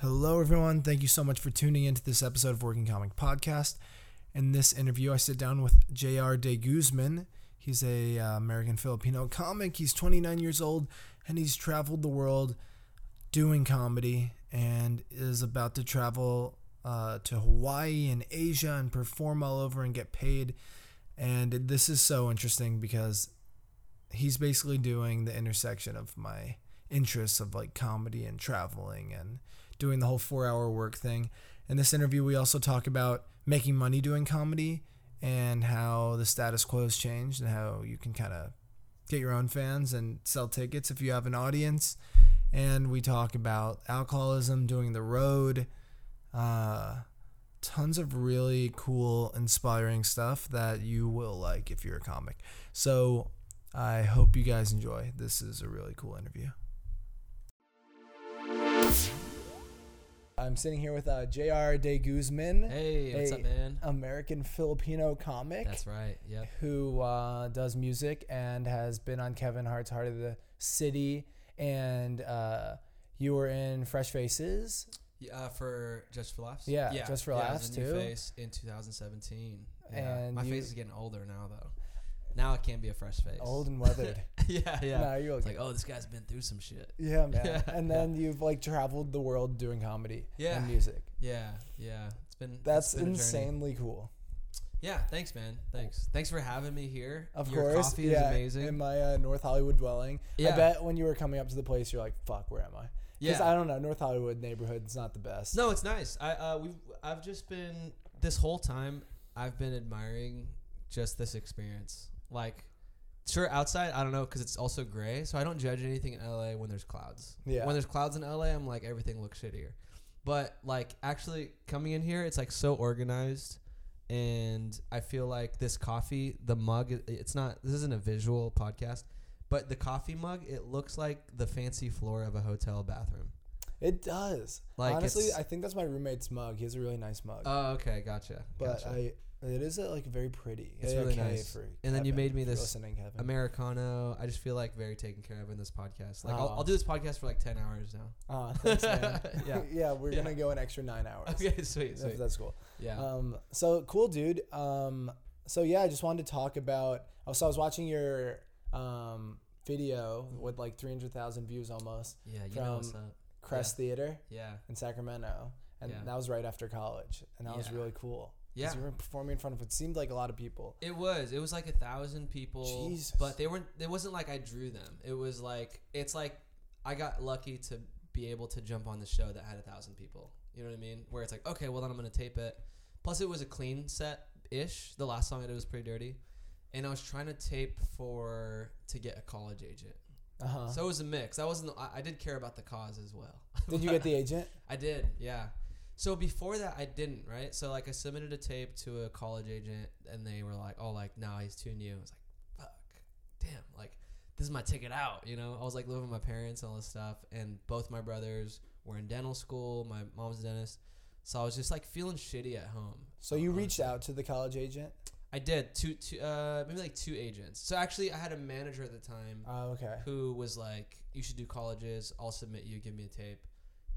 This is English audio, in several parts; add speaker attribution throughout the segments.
Speaker 1: Hello, everyone. Thank you so much for tuning into this episode of Working Comic Podcast. In this interview, I sit down with J.R. De Guzman. He's a uh, American Filipino comic. He's 29 years old, and he's traveled the world doing comedy, and is about to travel uh, to Hawaii and Asia and perform all over and get paid. And this is so interesting because he's basically doing the intersection of my interests of like comedy and traveling and doing the whole four hour work thing. In this interview, we also talk about making money doing comedy and how the status quo has changed and how you can kind of get your own fans and sell tickets if you have an audience. And we talk about alcoholism, doing the road, uh, tons of really cool, inspiring stuff that you will like if you're a comic. So I hope you guys enjoy. This is a really cool interview. I'm sitting here with uh, J.R. De Guzman,
Speaker 2: Hey, what's
Speaker 1: Hey.
Speaker 2: up, man?
Speaker 1: American Filipino comic
Speaker 2: That's right. Yep.
Speaker 1: who uh, does music and has been on Kevin Hart's Heart of the City. And uh, you were in Fresh Faces.
Speaker 2: Yeah, Uh, for Just for Laughs.
Speaker 1: Yeah, Just for
Speaker 2: it was
Speaker 1: Laughs,
Speaker 2: a new
Speaker 1: too.
Speaker 2: Face in 2017. Yeah.
Speaker 1: And
Speaker 2: my
Speaker 1: you-
Speaker 2: face is getting older now, though. Now it can't be a fresh face.
Speaker 1: Old and weathered.
Speaker 2: yeah, yeah.
Speaker 1: Nah, you're
Speaker 2: It's
Speaker 1: okay.
Speaker 2: like, oh, this guy's been through some shit.
Speaker 1: yeah, man.
Speaker 2: Yeah,
Speaker 1: and then you've like traveled the world doing comedy
Speaker 2: Yeah.
Speaker 1: and music.
Speaker 2: Yeah, yeah. It's been it's
Speaker 1: That's
Speaker 2: been a journey.
Speaker 1: insanely cool.
Speaker 2: Yeah. Thanks, man. Thanks. Thanks for having me here.
Speaker 1: Of
Speaker 2: Your
Speaker 1: course,
Speaker 2: coffee
Speaker 1: yeah,
Speaker 2: is amazing.
Speaker 1: In my uh, North Hollywood dwelling, I
Speaker 2: Yeah.
Speaker 1: bet when you were coming up to the place, you're like, "Fuck, where am I?" Because
Speaker 2: Yeah.
Speaker 1: I don't know, North Hollywood neighborhood's not the best.
Speaker 2: No, it's nice. I uh, we I've just been this whole time. I've been admiring just this experience. Like, sure, outside I don't know because it's also gray, so I don't judge anything in LA when there's clouds.
Speaker 1: Yeah.
Speaker 2: When there's clouds in LA, I'm like everything looks shittier. But like actually coming in here, it's like so organized, and I feel like this coffee, the mug, it- it's not. This isn't a visual podcast. But the coffee mug, it looks like the fancy floor of a hotel bathroom.
Speaker 1: It does.
Speaker 2: Like,
Speaker 1: Honestly,
Speaker 2: it's-
Speaker 1: I think that's my roommate's mug. He has a really nice mug.
Speaker 2: Oh, okay, gotcha.
Speaker 1: Uh, but
Speaker 2: gotcha.
Speaker 1: I, it is uh, like very pretty.
Speaker 2: It's
Speaker 1: Yeah,
Speaker 2: really
Speaker 1: okay
Speaker 2: nice.
Speaker 1: for
Speaker 2: And then you
Speaker 1: Kevin,
Speaker 2: made me
Speaker 1: if you're
Speaker 2: this
Speaker 1: listening, Kevin.
Speaker 2: Americano. I just feel like very taken care of in this podcast. Like I'll,
Speaker 1: Aw.
Speaker 2: I'll do this podcast for like ten hours now.
Speaker 1: Aw, thanks, man. yeah,
Speaker 2: Yeah.
Speaker 1: we're
Speaker 2: Yeah.
Speaker 1: gonna go an extra nine hours.
Speaker 2: Okay, sweet,
Speaker 1: If
Speaker 2: sweet.
Speaker 1: that's cool.
Speaker 2: Yeah,
Speaker 1: Um, so cool, dude. Um, so yeah, I just wanted to talk about. Oh, so I was watching your um video with like three hundred thousand views almost.
Speaker 2: yeah. You know what's
Speaker 1: from-
Speaker 2: up?
Speaker 1: Crest Theater
Speaker 2: Yeah,
Speaker 1: in Sacramento, and
Speaker 2: Yeah.
Speaker 1: that was right after college, and that was
Speaker 2: Yeah.
Speaker 1: really cool. 'Cause
Speaker 2: yeah.
Speaker 1: you were performing in front of what seemed like a lot of people.
Speaker 2: It was. It was like a thousand people.
Speaker 1: Jesus.
Speaker 2: But they weren't. It wasn't like I drew them. It was like it's like I got lucky to be able to jump on the show that had a thousand people. You know what I mean? Where it's like, okay, well then I'm gonna tape it. Plus, it was a clean set ish. The last song I did was pretty dirty, and I was trying to tape for to get a college agent.
Speaker 1: Uh huh.
Speaker 2: So it was a mix. I wasn't. I, I did care about the cause as well.
Speaker 1: Did you get the agent?
Speaker 2: I did. Yeah. So before that, I didn't. Right. So like, I submitted a tape to a college agent, and they were like, "Oh, like, no, he's too new." I was like, "Fuck, damn!" Like, this is my ticket out. You know. I was like living with my parents and all this stuff, and both my brothers were in dental school. My mom's a dentist, so I was just like feeling shitty at home.
Speaker 1: So you
Speaker 2: honestly.
Speaker 1: reached out to the college agent.
Speaker 2: I did two, two, uh, maybe like two agents. So actually, I had a manager at the time
Speaker 1: Oh, okay.
Speaker 2: who was like, "You should do colleges. I'll submit you. Give me a tape."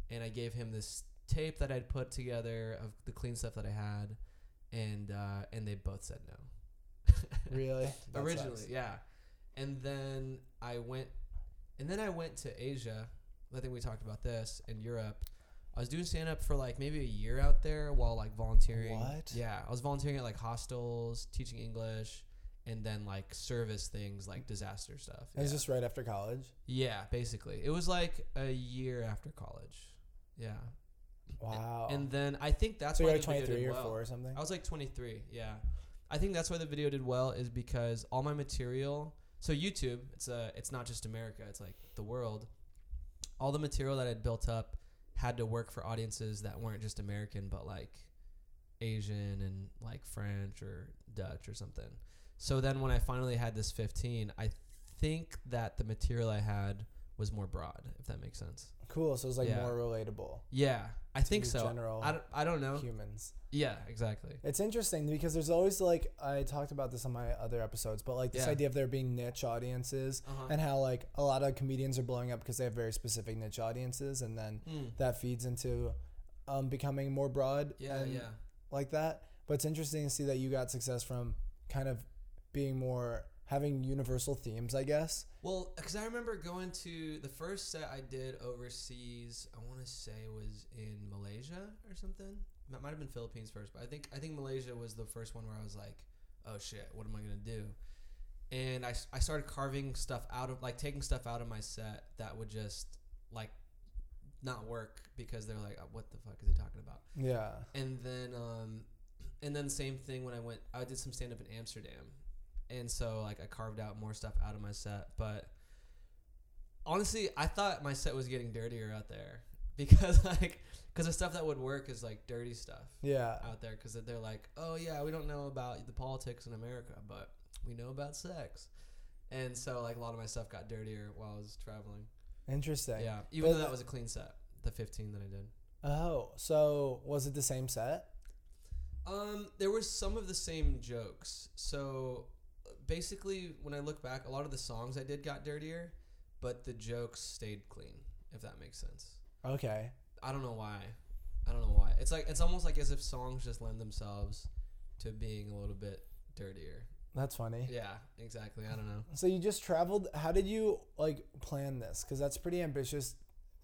Speaker 2: And I gave him this tape that I'd put together of the clean stuff that I had, and uh, and they both said no.
Speaker 1: Really? That
Speaker 2: Originally,
Speaker 1: sucks.
Speaker 2: yeah. And then I went, and then I went to Asia. I think we talked about this in Europe. I was doing stand up for like maybe a year out there while like volunteering.
Speaker 1: What?
Speaker 2: Yeah, I was volunteering at like hostels, teaching English, and then like service things like disaster stuff.
Speaker 1: It was
Speaker 2: Yeah.
Speaker 1: just right after college.
Speaker 2: Yeah, basically. It was like a year after college. Yeah.
Speaker 1: Wow.
Speaker 2: And then I think that's
Speaker 1: Oh. so
Speaker 2: why
Speaker 1: you're like
Speaker 2: the video
Speaker 1: 23
Speaker 2: did
Speaker 1: or
Speaker 2: well.
Speaker 1: 4 or something.
Speaker 2: I was like 23. Yeah. I think that's why the video did well is because all my material, so YouTube, it's a it's not just America, it's like the world. All the material that I'd built up had to work for audiences that weren't just American but like Asian and like French or Dutch or something. So then when I finally had this 15, I think that the material I had was more broad, if that makes sense.
Speaker 1: Cool. So it was like
Speaker 2: Yeah.
Speaker 1: more relatable.
Speaker 2: Yeah, I think
Speaker 1: you
Speaker 2: so.
Speaker 1: general
Speaker 2: I don't, I don't know.
Speaker 1: humans.
Speaker 2: Yeah, exactly.
Speaker 1: It's interesting because there's always like I talked about this on my other episodes, but like this
Speaker 2: Yeah.
Speaker 1: idea of there being niche audiences
Speaker 2: Uh-huh.
Speaker 1: and how like a lot of comedians are blowing up because they have very specific niche audiences, and then
Speaker 2: Mm.
Speaker 1: that feeds into um, becoming more broad
Speaker 2: Yeah,
Speaker 1: and
Speaker 2: yeah.
Speaker 1: like that. But it's interesting to see that you got success from kind of being more having universal themes, I guess.
Speaker 2: Well, because I remember going to the first set I did overseas. I want to say was in Malaysia or something. It might have been Philippines first, but I think I think Malaysia was the first one where I was like, "Oh shit, what am I gonna do?" And I, s- I started carving stuff out of like taking stuff out of my set that would just like not work because they're like, "Uh, "What the fuck is he talking about?"
Speaker 1: Yeah.
Speaker 2: and then um and then same thing when I went I did some stand up in Amsterdam and so like I carved out more stuff out of my set but honestly I thought my set was getting dirtier out there because like because the stuff that would work is like dirty stuff
Speaker 1: Yeah.
Speaker 2: out there because they're like oh yeah we don't know about the politics in America but we know about sex and so like a lot of my stuff got dirtier while I was traveling
Speaker 1: Interesting.
Speaker 2: yeah even
Speaker 1: But
Speaker 2: though that
Speaker 1: the-
Speaker 2: was a clean set the 15 that I did
Speaker 1: Oh, so was it the same set?
Speaker 2: Um, there were some of the same jokes. So uh, basically, when I look back, a lot of the songs I did got dirtier, but the jokes stayed clean. If that makes sense.
Speaker 1: Okay.
Speaker 2: I don't know why. I don't know why. It's like it's almost like as if songs just lend themselves to being a little bit dirtier.
Speaker 1: That's funny.
Speaker 2: Yeah, exactly. I don't know.
Speaker 1: So you just traveled. How did you like plan this? Because that's pretty ambitious,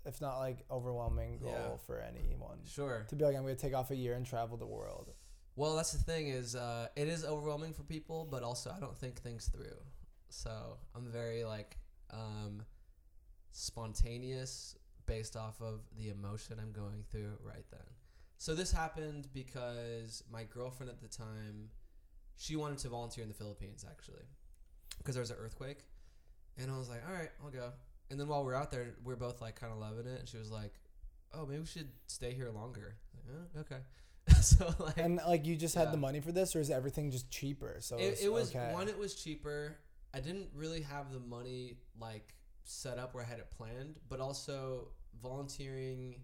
Speaker 1: if not like overwhelming goal
Speaker 2: Yeah.
Speaker 1: for anyone.
Speaker 2: Sure.
Speaker 1: To be like, I'm gonna take off a year and travel the world.
Speaker 2: Well, that's the thing is, uh, it is overwhelming for people, but also I don't think things through. So I'm very like um, spontaneous based off of the emotion I'm going through right then. So this happened because my girlfriend at the time, she wanted to volunteer in the Philippines actually, because there was an earthquake, and I was like, all right, I'll go. And then while we we're out there, we we're both like kind of loving it, and she was like, oh, maybe we should stay here longer. I was like, "Huh? okay. so like,
Speaker 1: And like, you just had the
Speaker 2: Yeah.
Speaker 1: money for this, or is everything just cheaper? So
Speaker 2: it, it was
Speaker 1: okay.
Speaker 2: one it was cheaper i didn't really have the money like set up where i had it planned but also volunteering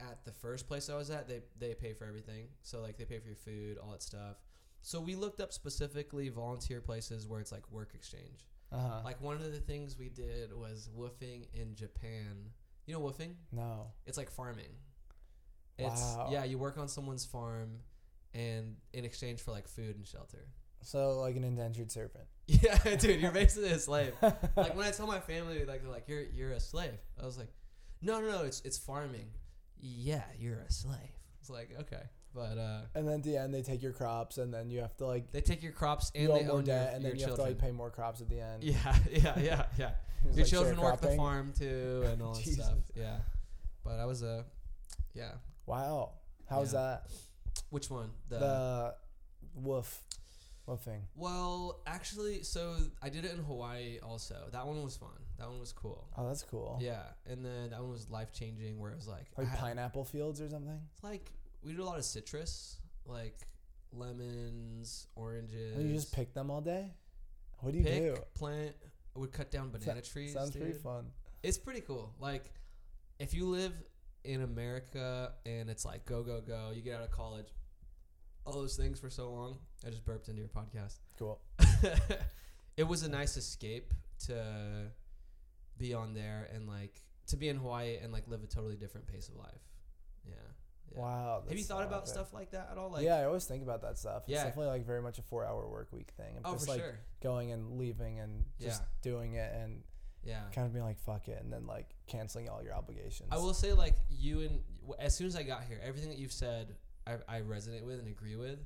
Speaker 2: at the first place i was at they they pay for everything so like they pay for your food all that stuff so we looked up specifically volunteer places where it's like work exchange
Speaker 1: Uh-huh.
Speaker 2: like one of the things we did was woofing in japan you know woofing
Speaker 1: no.
Speaker 2: it's like farming. It's
Speaker 1: Wow.
Speaker 2: yeah, you work on someone's farm and in exchange for like food and shelter.
Speaker 1: So like an indentured servant.
Speaker 2: Yeah, dude, you're basically a slave. like when I tell my family like they're like you're you're a slave. I was like, "No, no, no, it's it's farming." Yeah, you're a slave. It's like, "Okay." But uh
Speaker 1: And then at the end, they take your crops, and then you have to like
Speaker 2: they take your crops and
Speaker 1: you owe
Speaker 2: they
Speaker 1: more
Speaker 2: own
Speaker 1: debt,
Speaker 2: your,
Speaker 1: and
Speaker 2: your
Speaker 1: then you have to
Speaker 2: children.
Speaker 1: like pay more crops at the end.
Speaker 2: yeah, yeah, yeah, yeah.
Speaker 1: It's
Speaker 2: your
Speaker 1: like
Speaker 2: children work the
Speaker 1: sharecropping.
Speaker 2: farm too and all that
Speaker 1: Jesus.
Speaker 2: stuff. Yeah. But I was a yeah.
Speaker 1: Wow. How's
Speaker 2: Yeah.
Speaker 1: that?
Speaker 2: Which one?
Speaker 1: The woof, woofing.
Speaker 2: Well, actually, so I did it in Hawaii also. That one was fun. That one was cool.
Speaker 1: Oh, that's cool.
Speaker 2: Yeah, and then that one was life changing, where it was like,
Speaker 1: Like
Speaker 2: I-
Speaker 1: pineapple fields or something.
Speaker 2: it's like we did a lot of citrus, like lemons, oranges.
Speaker 1: And you just pick them all day. What do you
Speaker 2: pick,
Speaker 1: do?
Speaker 2: plant. I would cut down banana trees.
Speaker 1: Sounds pretty
Speaker 2: dude.
Speaker 1: fun.
Speaker 2: It's pretty cool. Like, if you live in America and it's like go go go, you get out of college, all those things for so long. I just burped into your podcast.
Speaker 1: Cool.
Speaker 2: it was a nice escape to be on there and like to be in Hawaii and like live a totally different pace of life. Yeah. yeah.
Speaker 1: Wow.
Speaker 2: Have you
Speaker 1: that's
Speaker 2: thought
Speaker 1: so
Speaker 2: about
Speaker 1: epic.
Speaker 2: stuff like that at all? Like,
Speaker 1: yeah, I always think about that stuff. It's
Speaker 2: Yeah.
Speaker 1: definitely like very much a four-hour work week thing. I'm
Speaker 2: Oh,
Speaker 1: just
Speaker 2: for
Speaker 1: like
Speaker 2: sure.
Speaker 1: going and leaving and just
Speaker 2: Yeah.
Speaker 1: doing it and
Speaker 2: Yeah.
Speaker 1: kind of being like fuck it and then like canceling all your obligations.
Speaker 2: I will say, like, you and w- as soon as I got here, everything that you've said, I, I resonate with and agree with.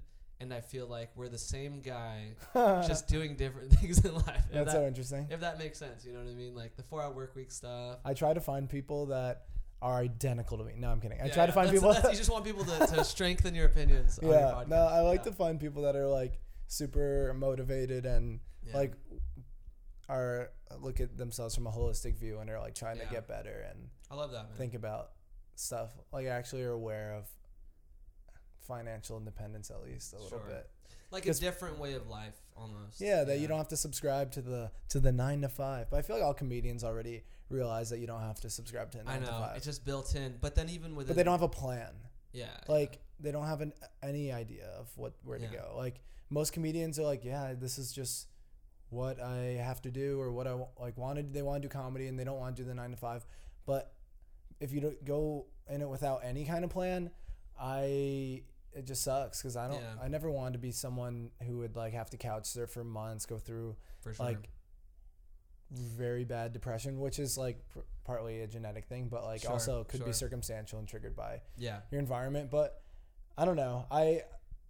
Speaker 2: And I feel like we're the same guy, just doing different things in life. If
Speaker 1: that's so
Speaker 2: that,
Speaker 1: interesting.
Speaker 2: if that makes sense, you know what I mean? Like the four hour work week stuff.
Speaker 1: I try to find people that are identical to me. No, I'm kidding. I
Speaker 2: Yeah,
Speaker 1: try to
Speaker 2: yeah.
Speaker 1: find
Speaker 2: That's-
Speaker 1: people.
Speaker 2: that's- you just want people to, to strengthen your opinions. on your
Speaker 1: yeah. No,
Speaker 2: podcast.
Speaker 1: I like
Speaker 2: Yeah.
Speaker 1: to find people that are like super motivated and
Speaker 2: Yeah.
Speaker 1: like are look at themselves from a holistic view and are like trying
Speaker 2: Yeah.
Speaker 1: to get better and
Speaker 2: I love that man.
Speaker 1: think about stuff like actually are aware of financial independence at least a little
Speaker 2: Sure.
Speaker 1: bit.
Speaker 2: like a
Speaker 1: Because-
Speaker 2: different way of life almost.
Speaker 1: Yeah, that you don't have to subscribe to the to the nine to five. But I feel like all comedians already realize that you don't have to subscribe to a
Speaker 2: I
Speaker 1: nine to
Speaker 2: know
Speaker 1: five.
Speaker 2: it's just built in, but then even with
Speaker 1: But they don't have a plan.
Speaker 2: yeah
Speaker 1: Like they don't have an, any idea of what where to
Speaker 2: Yeah.
Speaker 1: go. Like most comedians are like, yeah, this is just what I have to do or what I wa- like wanted. They want to do comedy and they don't want to do the nine to five. But if you don't go in it without any kind of plan, I it just sucks because I don't.
Speaker 2: Yeah.
Speaker 1: I never wanted to be someone who would like have to couch surf for months, go through
Speaker 2: for sure.
Speaker 1: like very bad depression, which is like pr- partly a genetic thing, but like
Speaker 2: Sure,
Speaker 1: also could
Speaker 2: sure.
Speaker 1: be circumstantial and triggered by
Speaker 2: yeah,
Speaker 1: your environment. But I don't know. I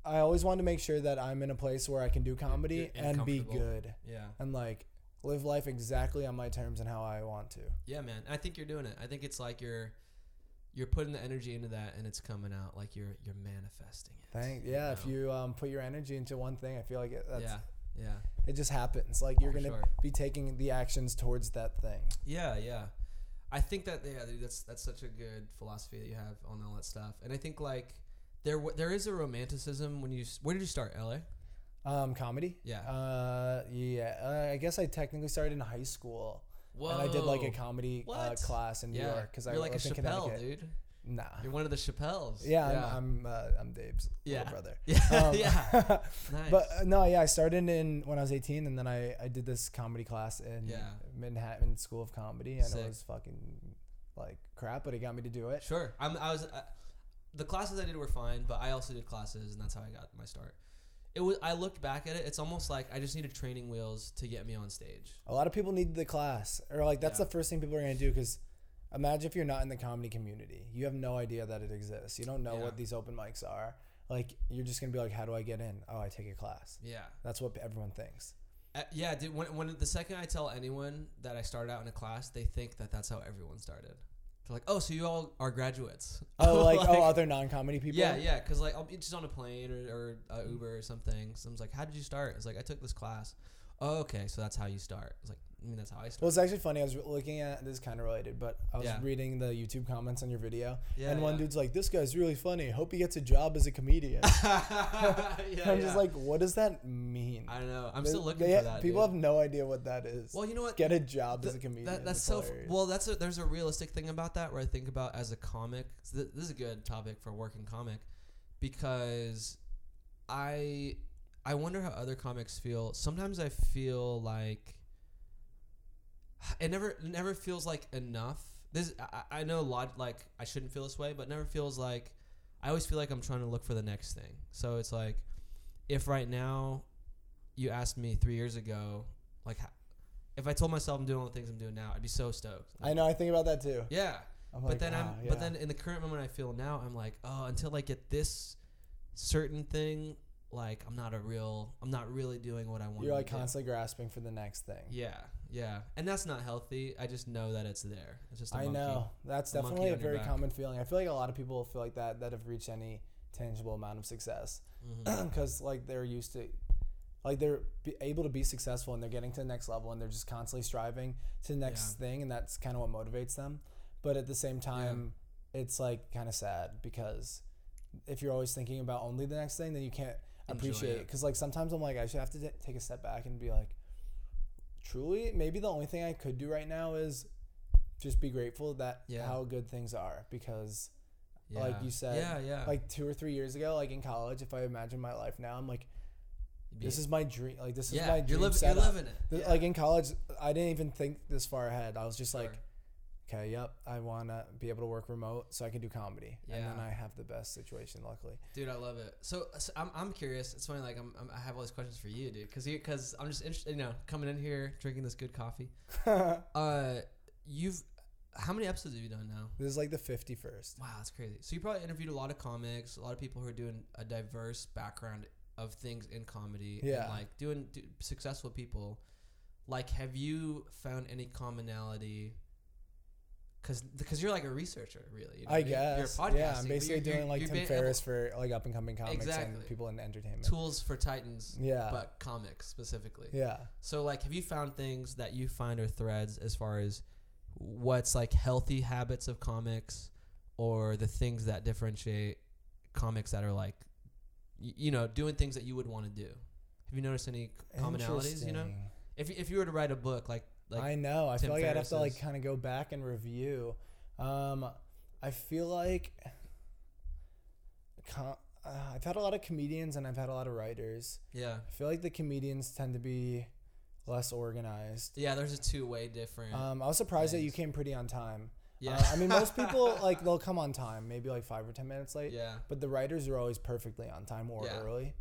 Speaker 1: I always want to make sure that I'm in a place where I can do comedy
Speaker 2: you're
Speaker 1: and be
Speaker 2: comfortable.
Speaker 1: good
Speaker 2: yeah,
Speaker 1: and like live life exactly on my terms and how I want to.
Speaker 2: yeah, man. I think you're doing it. I think it's like you're you're putting the energy into that, and it's coming out. Like you're you're manifesting it.
Speaker 1: Thank yeah. If
Speaker 2: know?
Speaker 1: you um, put your energy into one thing, I feel like it, that's,
Speaker 2: yeah, yeah.
Speaker 1: it just happens. Like you're
Speaker 2: For
Speaker 1: gonna
Speaker 2: sure.
Speaker 1: be taking the actions towards that thing.
Speaker 2: Yeah, yeah. I think that yeah, dude, that's that's such a good philosophy that you have on all that stuff. And I think like there w- there is a romanticism when you s- where did you start? L.A.
Speaker 1: Um, comedy.
Speaker 2: Yeah.
Speaker 1: Uh, yeah. Uh, I guess I technically started in high school. And I did like a
Speaker 2: Whoa.
Speaker 1: comedy uh,
Speaker 2: What?
Speaker 1: class in New
Speaker 2: yeah,
Speaker 1: York because I
Speaker 2: you're like a
Speaker 1: lived in
Speaker 2: Chappelle,
Speaker 1: Connecticut.
Speaker 2: dude.
Speaker 1: Nah.
Speaker 2: You're one of the Chappelles.
Speaker 1: Yeah, I'm I'm, uh, I'm Dave's
Speaker 2: Yeah.
Speaker 1: little brother.
Speaker 2: yeah,
Speaker 1: Um,
Speaker 2: yeah. Nice.
Speaker 1: But uh, no, yeah, I started in when I was 18, and then I, I did this comedy class in
Speaker 2: Yeah.
Speaker 1: Manhattan School of Comedy, and
Speaker 2: Sick.
Speaker 1: it was fucking like crap, but it got me to do it.
Speaker 2: Sure. I'm, I was. I, the classes I did were fine, but I also did classes, and that's how I got my start. It was. I looked back at it. It's almost like I just needed training wheels to get me on stage.
Speaker 1: A lot of people need the class, or like that's
Speaker 2: Yeah.
Speaker 1: the first thing people are gonna do because. Imagine if you're not in the comedy community. You have no idea that it exists. You don't know
Speaker 2: Yeah.
Speaker 1: what these open mics are. Like you're just gonna be like, "How do I get in?" Oh, I take a class.
Speaker 2: Yeah.
Speaker 1: That's what everyone thinks.
Speaker 2: Uh, yeah. Dude, when, when the second I tell anyone that I started out in a class, they think that that's how everyone started. They're like, oh, so you all are graduates.
Speaker 1: Oh, like, oh,
Speaker 2: Like,
Speaker 1: other non-comedy people.
Speaker 2: Yeah, yeah, because like I'll be just on a plane or, or uh, Uber or something. Someone's like, "How did you start?" It's like I took this class. Oh, okay, so that's how you start. It's like, I mean, that's how I started.
Speaker 1: Well, it's actually funny. I was looking at this is kind of related, but I was
Speaker 2: Yeah.
Speaker 1: reading the YouTube comments on your video,
Speaker 2: Yeah,
Speaker 1: and one
Speaker 2: yeah.
Speaker 1: dude's like, "This guy's really funny. Hope he gets a job as a comedian."
Speaker 2: yeah,
Speaker 1: I'm
Speaker 2: yeah.
Speaker 1: just like, what does that mean?
Speaker 2: I don't know. I'm
Speaker 1: They-
Speaker 2: still looking
Speaker 1: they-
Speaker 2: for that.
Speaker 1: People
Speaker 2: dude.
Speaker 1: have no idea what that is.
Speaker 2: well, you know what?
Speaker 1: Get a job
Speaker 2: Th-
Speaker 1: as a comedian.
Speaker 2: that, that's
Speaker 1: It's
Speaker 2: so.
Speaker 1: hilarious.
Speaker 2: well, that's a, there's a realistic thing about that where I think about as a comic. so th- this is a good topic for a working comic because I I wonder how other comics feel. Sometimes I feel like it never it never feels like enough. This I, I I know a lot like I shouldn't feel this way, but it never feels like I always feel like I'm trying to look for the next thing. So it's like if right now you asked me three years ago, like h- if I told myself I'm doing all the things I'm doing now, I'd be so stoked.
Speaker 1: I know. I think about that too.
Speaker 2: Yeah,
Speaker 1: I'm
Speaker 2: but
Speaker 1: like,
Speaker 2: then
Speaker 1: "Wow,
Speaker 2: I'm,
Speaker 1: yeah.
Speaker 2: but then in the current moment I feel now, I'm like, oh, until I get this certain thing, like I'm not a real, I'm not really doing what I want.
Speaker 1: you're like
Speaker 2: to do.
Speaker 1: constantly grasping for the next thing.
Speaker 2: Yeah, yeah, and that's not healthy. I just know that it's there. It's just. a
Speaker 1: I
Speaker 2: monkey.
Speaker 1: know. That's
Speaker 2: a monkey
Speaker 1: definitely a
Speaker 2: on your
Speaker 1: very
Speaker 2: back.
Speaker 1: common feeling. I feel like a lot of people feel like that that have reached any tangible amount of success
Speaker 2: Mhm.
Speaker 1: because like they're used to like they're be able to be successful and they're getting to the next level and they're just constantly striving to the next thing and that's kind of what motivates them. But at the same time, it's like kind of sad because if you're always thinking about only the next thing, then you can't
Speaker 2: Enjoy
Speaker 1: appreciate
Speaker 2: it.
Speaker 1: it. Because like sometimes I'm like I should have to t- take a step back and be like, truly, maybe the only thing I could do right now is just be grateful that
Speaker 2: Yeah.
Speaker 1: how good things are because
Speaker 2: Yeah.
Speaker 1: like you said,
Speaker 2: Yeah, yeah.
Speaker 1: like two or three years ago, like in college, if I imagine my life now, I'm like,
Speaker 2: You'd be-
Speaker 1: this is my dream. Like this is
Speaker 2: yeah,
Speaker 1: my dream
Speaker 2: you're, living, you're
Speaker 1: setup.
Speaker 2: living it.
Speaker 1: Th-
Speaker 2: Yeah.
Speaker 1: Like in college, I didn't even think this far ahead. I was just like,
Speaker 2: Sure.
Speaker 1: okay, yep, I wanna be able to work remote so I can do comedy, and then
Speaker 2: Yeah.
Speaker 1: I have the best situation, luckily.
Speaker 2: Dude, I love it. So, so I'm, I'm curious. It's funny, like I'm, I'm, I have all these questions for you, dude, because because I'm just interested. You know, coming in here drinking this good coffee. uh, you've how many episodes have you done now?
Speaker 1: This is like the fifty first.
Speaker 2: Wow, that's crazy. So you probably interviewed a lot of comics, a lot of people who are doing a diverse background of things in comedy.
Speaker 1: Yeah.
Speaker 2: and like doing do, successful people. Like, have you found any commonality? Because because you're like a researcher, really. you know
Speaker 1: I
Speaker 2: what mean? You're
Speaker 1: guess.
Speaker 2: podcasting,
Speaker 1: yeah,
Speaker 2: but
Speaker 1: I'm
Speaker 2: you're-
Speaker 1: basically
Speaker 2: you're-
Speaker 1: doing like
Speaker 2: you're
Speaker 1: Tim
Speaker 2: being
Speaker 1: Ferriss for like up and coming comics
Speaker 2: Exactly.
Speaker 1: and people in entertainment.
Speaker 2: Tools for Titans,
Speaker 1: Yeah.
Speaker 2: but comics specifically.
Speaker 1: Uh, yeah.
Speaker 2: So like have you found things that you find are threads as far as what's like healthy habits of comics or the things that differentiate comics that are like y- you know, doing things that you would want to do. Have you noticed any c- commonalities? You know,
Speaker 1: Interesting.
Speaker 2: if if you were to write a book, like like
Speaker 1: I know. I
Speaker 2: Tim
Speaker 1: feel like I'd have to like
Speaker 2: Ferriss's.
Speaker 1: kind of go back and review. Um, I feel like com- uh, I've had a lot of comedians and I've had a lot of writers.
Speaker 2: yeah,
Speaker 1: I feel like the comedians tend to be less organized.
Speaker 2: yeah, there's a two way different.
Speaker 1: Um, I was surprised that you
Speaker 2: Thanks.
Speaker 1: came pretty on time.
Speaker 2: yeah,
Speaker 1: Uh, I mean, most people like they'll come on time, maybe like five or ten minutes late.
Speaker 2: yeah.
Speaker 1: But the writers are always perfectly on time or
Speaker 2: Yeah.
Speaker 1: early.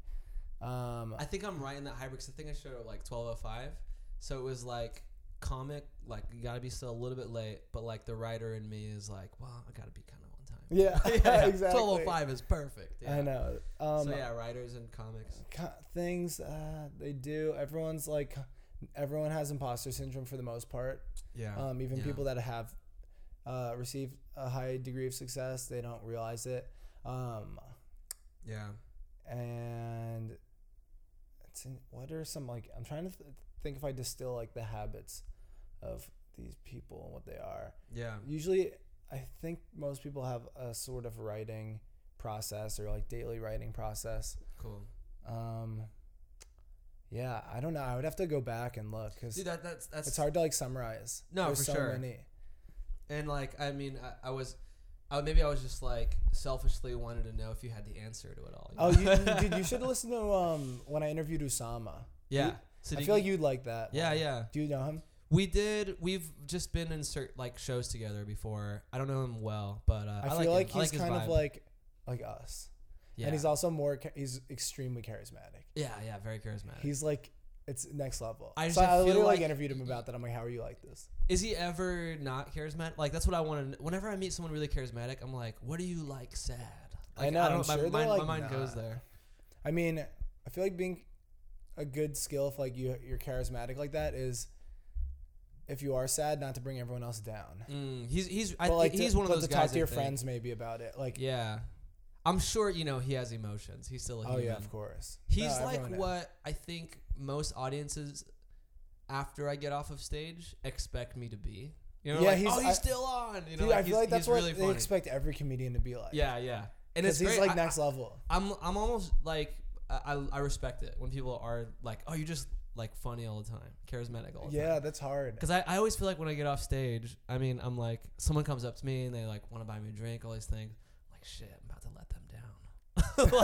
Speaker 1: Um,
Speaker 2: I think I'm right in that hybrid 'cause I think I showed up like 12:05, so it was like comic, like you gotta be still a little bit late, but like the writer in me is like, well, I gotta be kind of on time.
Speaker 1: yeah, exactly.
Speaker 2: 12:05 is perfect. oh Yeah.
Speaker 1: I know. Um,
Speaker 2: so yeah, writers and comics.
Speaker 1: co- things uh, they do. Everyone's like, everyone has imposter syndrome for the most part.
Speaker 2: Yeah.
Speaker 1: Um, even
Speaker 2: Yeah.
Speaker 1: people that have uh, received a high degree of success, they don't realize it. Um,
Speaker 2: yeah.
Speaker 1: and it's in, what are some like? I'm trying to th- think if I distill like the habits of these people and what they are.
Speaker 2: Yeah.
Speaker 1: Usually, I think most people have a sort of writing process or like daily writing process.
Speaker 2: Cool.
Speaker 1: Um, yeah, I don't know. I would have to go back and look because
Speaker 2: Dude, that, that's that's
Speaker 1: it's hard to like summarize.
Speaker 2: No,
Speaker 1: There's
Speaker 2: for
Speaker 1: so
Speaker 2: sure.
Speaker 1: many.
Speaker 2: And like, I mean, I, I was, I, maybe I was just like selfishly wanted to know if you had the answer to it all.
Speaker 1: Oh, you,
Speaker 2: know?
Speaker 1: you- dude, you should listen to um when I interviewed Usama.
Speaker 2: yeah.
Speaker 1: you-
Speaker 2: So
Speaker 1: I
Speaker 2: did
Speaker 1: feel
Speaker 2: you-
Speaker 1: like you'd like that.
Speaker 2: Yeah,
Speaker 1: one.
Speaker 2: yeah.
Speaker 1: Do you know him?
Speaker 2: We did. We've just been in cert, like shows together before. I don't know him well, but uh, I,
Speaker 1: I, feel like,
Speaker 2: him. I
Speaker 1: he's
Speaker 2: his
Speaker 1: kind
Speaker 2: vibe.
Speaker 1: of like like us,
Speaker 2: yeah.
Speaker 1: and he's also more. cha- He's extremely charismatic.
Speaker 2: yeah, yeah, very charismatic.
Speaker 1: He's like. It's next level.
Speaker 2: I
Speaker 1: I
Speaker 2: just
Speaker 1: so I
Speaker 2: feel
Speaker 1: literally like
Speaker 2: like-
Speaker 1: interviewed him about that. I'm like, how are you like this?
Speaker 2: Is he ever not charismatic? Like that's what I want to. Whenever I meet someone really charismatic, I'm like, what are you like sad?
Speaker 1: I
Speaker 2: Like,
Speaker 1: know, I'm
Speaker 2: don't, my
Speaker 1: sure they're,
Speaker 2: mind,
Speaker 1: like,
Speaker 2: my mind goes
Speaker 1: nah.
Speaker 2: there.
Speaker 1: I mean, I feel like being a good skill if like you you're charismatic like that is if you are sad not to bring everyone else down.
Speaker 2: Mm, he's he's I,
Speaker 1: but like
Speaker 2: he's
Speaker 1: to,
Speaker 2: one of
Speaker 1: but
Speaker 2: those
Speaker 1: to
Speaker 2: guys.
Speaker 1: talk to your
Speaker 2: I think.
Speaker 1: friends maybe about it. Like
Speaker 2: Yeah. I'm sure you know he has emotions. He's still a
Speaker 1: oh
Speaker 2: human.
Speaker 1: yeah, of course.
Speaker 2: He's
Speaker 1: No,
Speaker 2: like
Speaker 1: everyone knows.
Speaker 2: what I think most audiences after I get off of stage expect me to be. You know,
Speaker 1: Yeah,
Speaker 2: like,
Speaker 1: he's-
Speaker 2: oh, he's
Speaker 1: I-
Speaker 2: still on. You know,
Speaker 1: Dude,
Speaker 2: like,
Speaker 1: I feel
Speaker 2: he's,
Speaker 1: like that's
Speaker 2: he's
Speaker 1: what
Speaker 2: really
Speaker 1: they
Speaker 2: funny.
Speaker 1: expect every comedian to be like.
Speaker 2: Yeah, yeah. And it's
Speaker 1: Because he's
Speaker 2: great.
Speaker 1: like
Speaker 2: I-
Speaker 1: next level.
Speaker 2: I, am I'm almost like I, I- I respect it when people are like, oh, you're just like funny all the time, charismatic all the time.
Speaker 1: Yeah, that's hard.
Speaker 2: Because I, I always feel like when I get off stage, I mean, I'm like, someone comes up to me and they like want to buy me a drink, all these things. I'm like, shit, I'm about to let them down.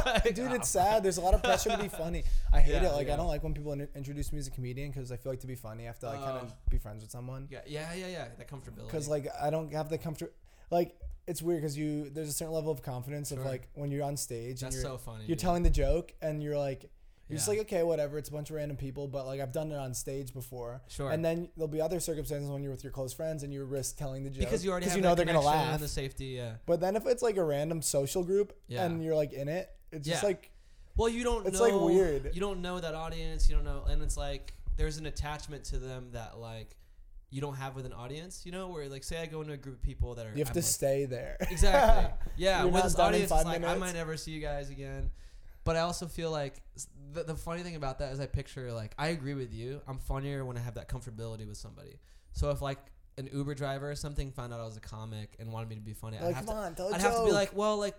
Speaker 2: Like,
Speaker 1: Dude,
Speaker 2: ah,
Speaker 1: it's sad. There's a lot of pressure to be funny. I hate
Speaker 2: Yeah,
Speaker 1: it. Like
Speaker 2: yeah.
Speaker 1: I don't like when people in- introduce me as a comedian because I feel like to be funny I have to like kind
Speaker 2: Oh.
Speaker 1: of be friends with someone.
Speaker 2: Yeah, yeah, yeah, yeah. That comfortability.
Speaker 1: because like I don't have the comfort. Like it's weird because you there's a certain level of confidence
Speaker 2: Sure.
Speaker 1: of like when you're on stage and
Speaker 2: that's
Speaker 1: you're
Speaker 2: so funny.
Speaker 1: you're
Speaker 2: dude.
Speaker 1: telling the joke and you're like you're just
Speaker 2: Yeah.
Speaker 1: like okay whatever it's a bunch of random people but like I've done it on stage before.
Speaker 2: sure.
Speaker 1: And then there'll be other circumstances when you're with your close friends and you risk telling the joke
Speaker 2: because you already have
Speaker 1: you
Speaker 2: that
Speaker 1: know they're gonna
Speaker 2: connection
Speaker 1: laugh.
Speaker 2: and the safety. Yeah.
Speaker 1: But then if it's like a random social group
Speaker 2: Yeah.
Speaker 1: and you're like in it, it's just
Speaker 2: Yeah.
Speaker 1: like
Speaker 2: Well, you don't.
Speaker 1: It's,
Speaker 2: know,
Speaker 1: like, weird.
Speaker 2: You don't know that audience. You don't know, and it's like there's an attachment to them that like you don't have with an audience. You know, where like say I go into a group of people that are
Speaker 1: you have
Speaker 2: I'm
Speaker 1: to
Speaker 2: like-
Speaker 1: stay there.
Speaker 2: Exactly. Yeah,
Speaker 1: You're
Speaker 2: with
Speaker 1: not
Speaker 2: this
Speaker 1: done in
Speaker 2: audience, it's
Speaker 1: five
Speaker 2: like I
Speaker 1: minutes.
Speaker 2: might never see you guys again. But I also feel like s- the, the funny thing about that is I picture like I agree with you. I'm funnier when I have that comfortability with somebody. So if like an Uber driver or something found out I was a comic and wanted me to be funny, I'd,
Speaker 1: like
Speaker 2: have
Speaker 1: come
Speaker 2: to,
Speaker 1: on, tell a
Speaker 2: I'd
Speaker 1: joke.
Speaker 2: have to be like, well, like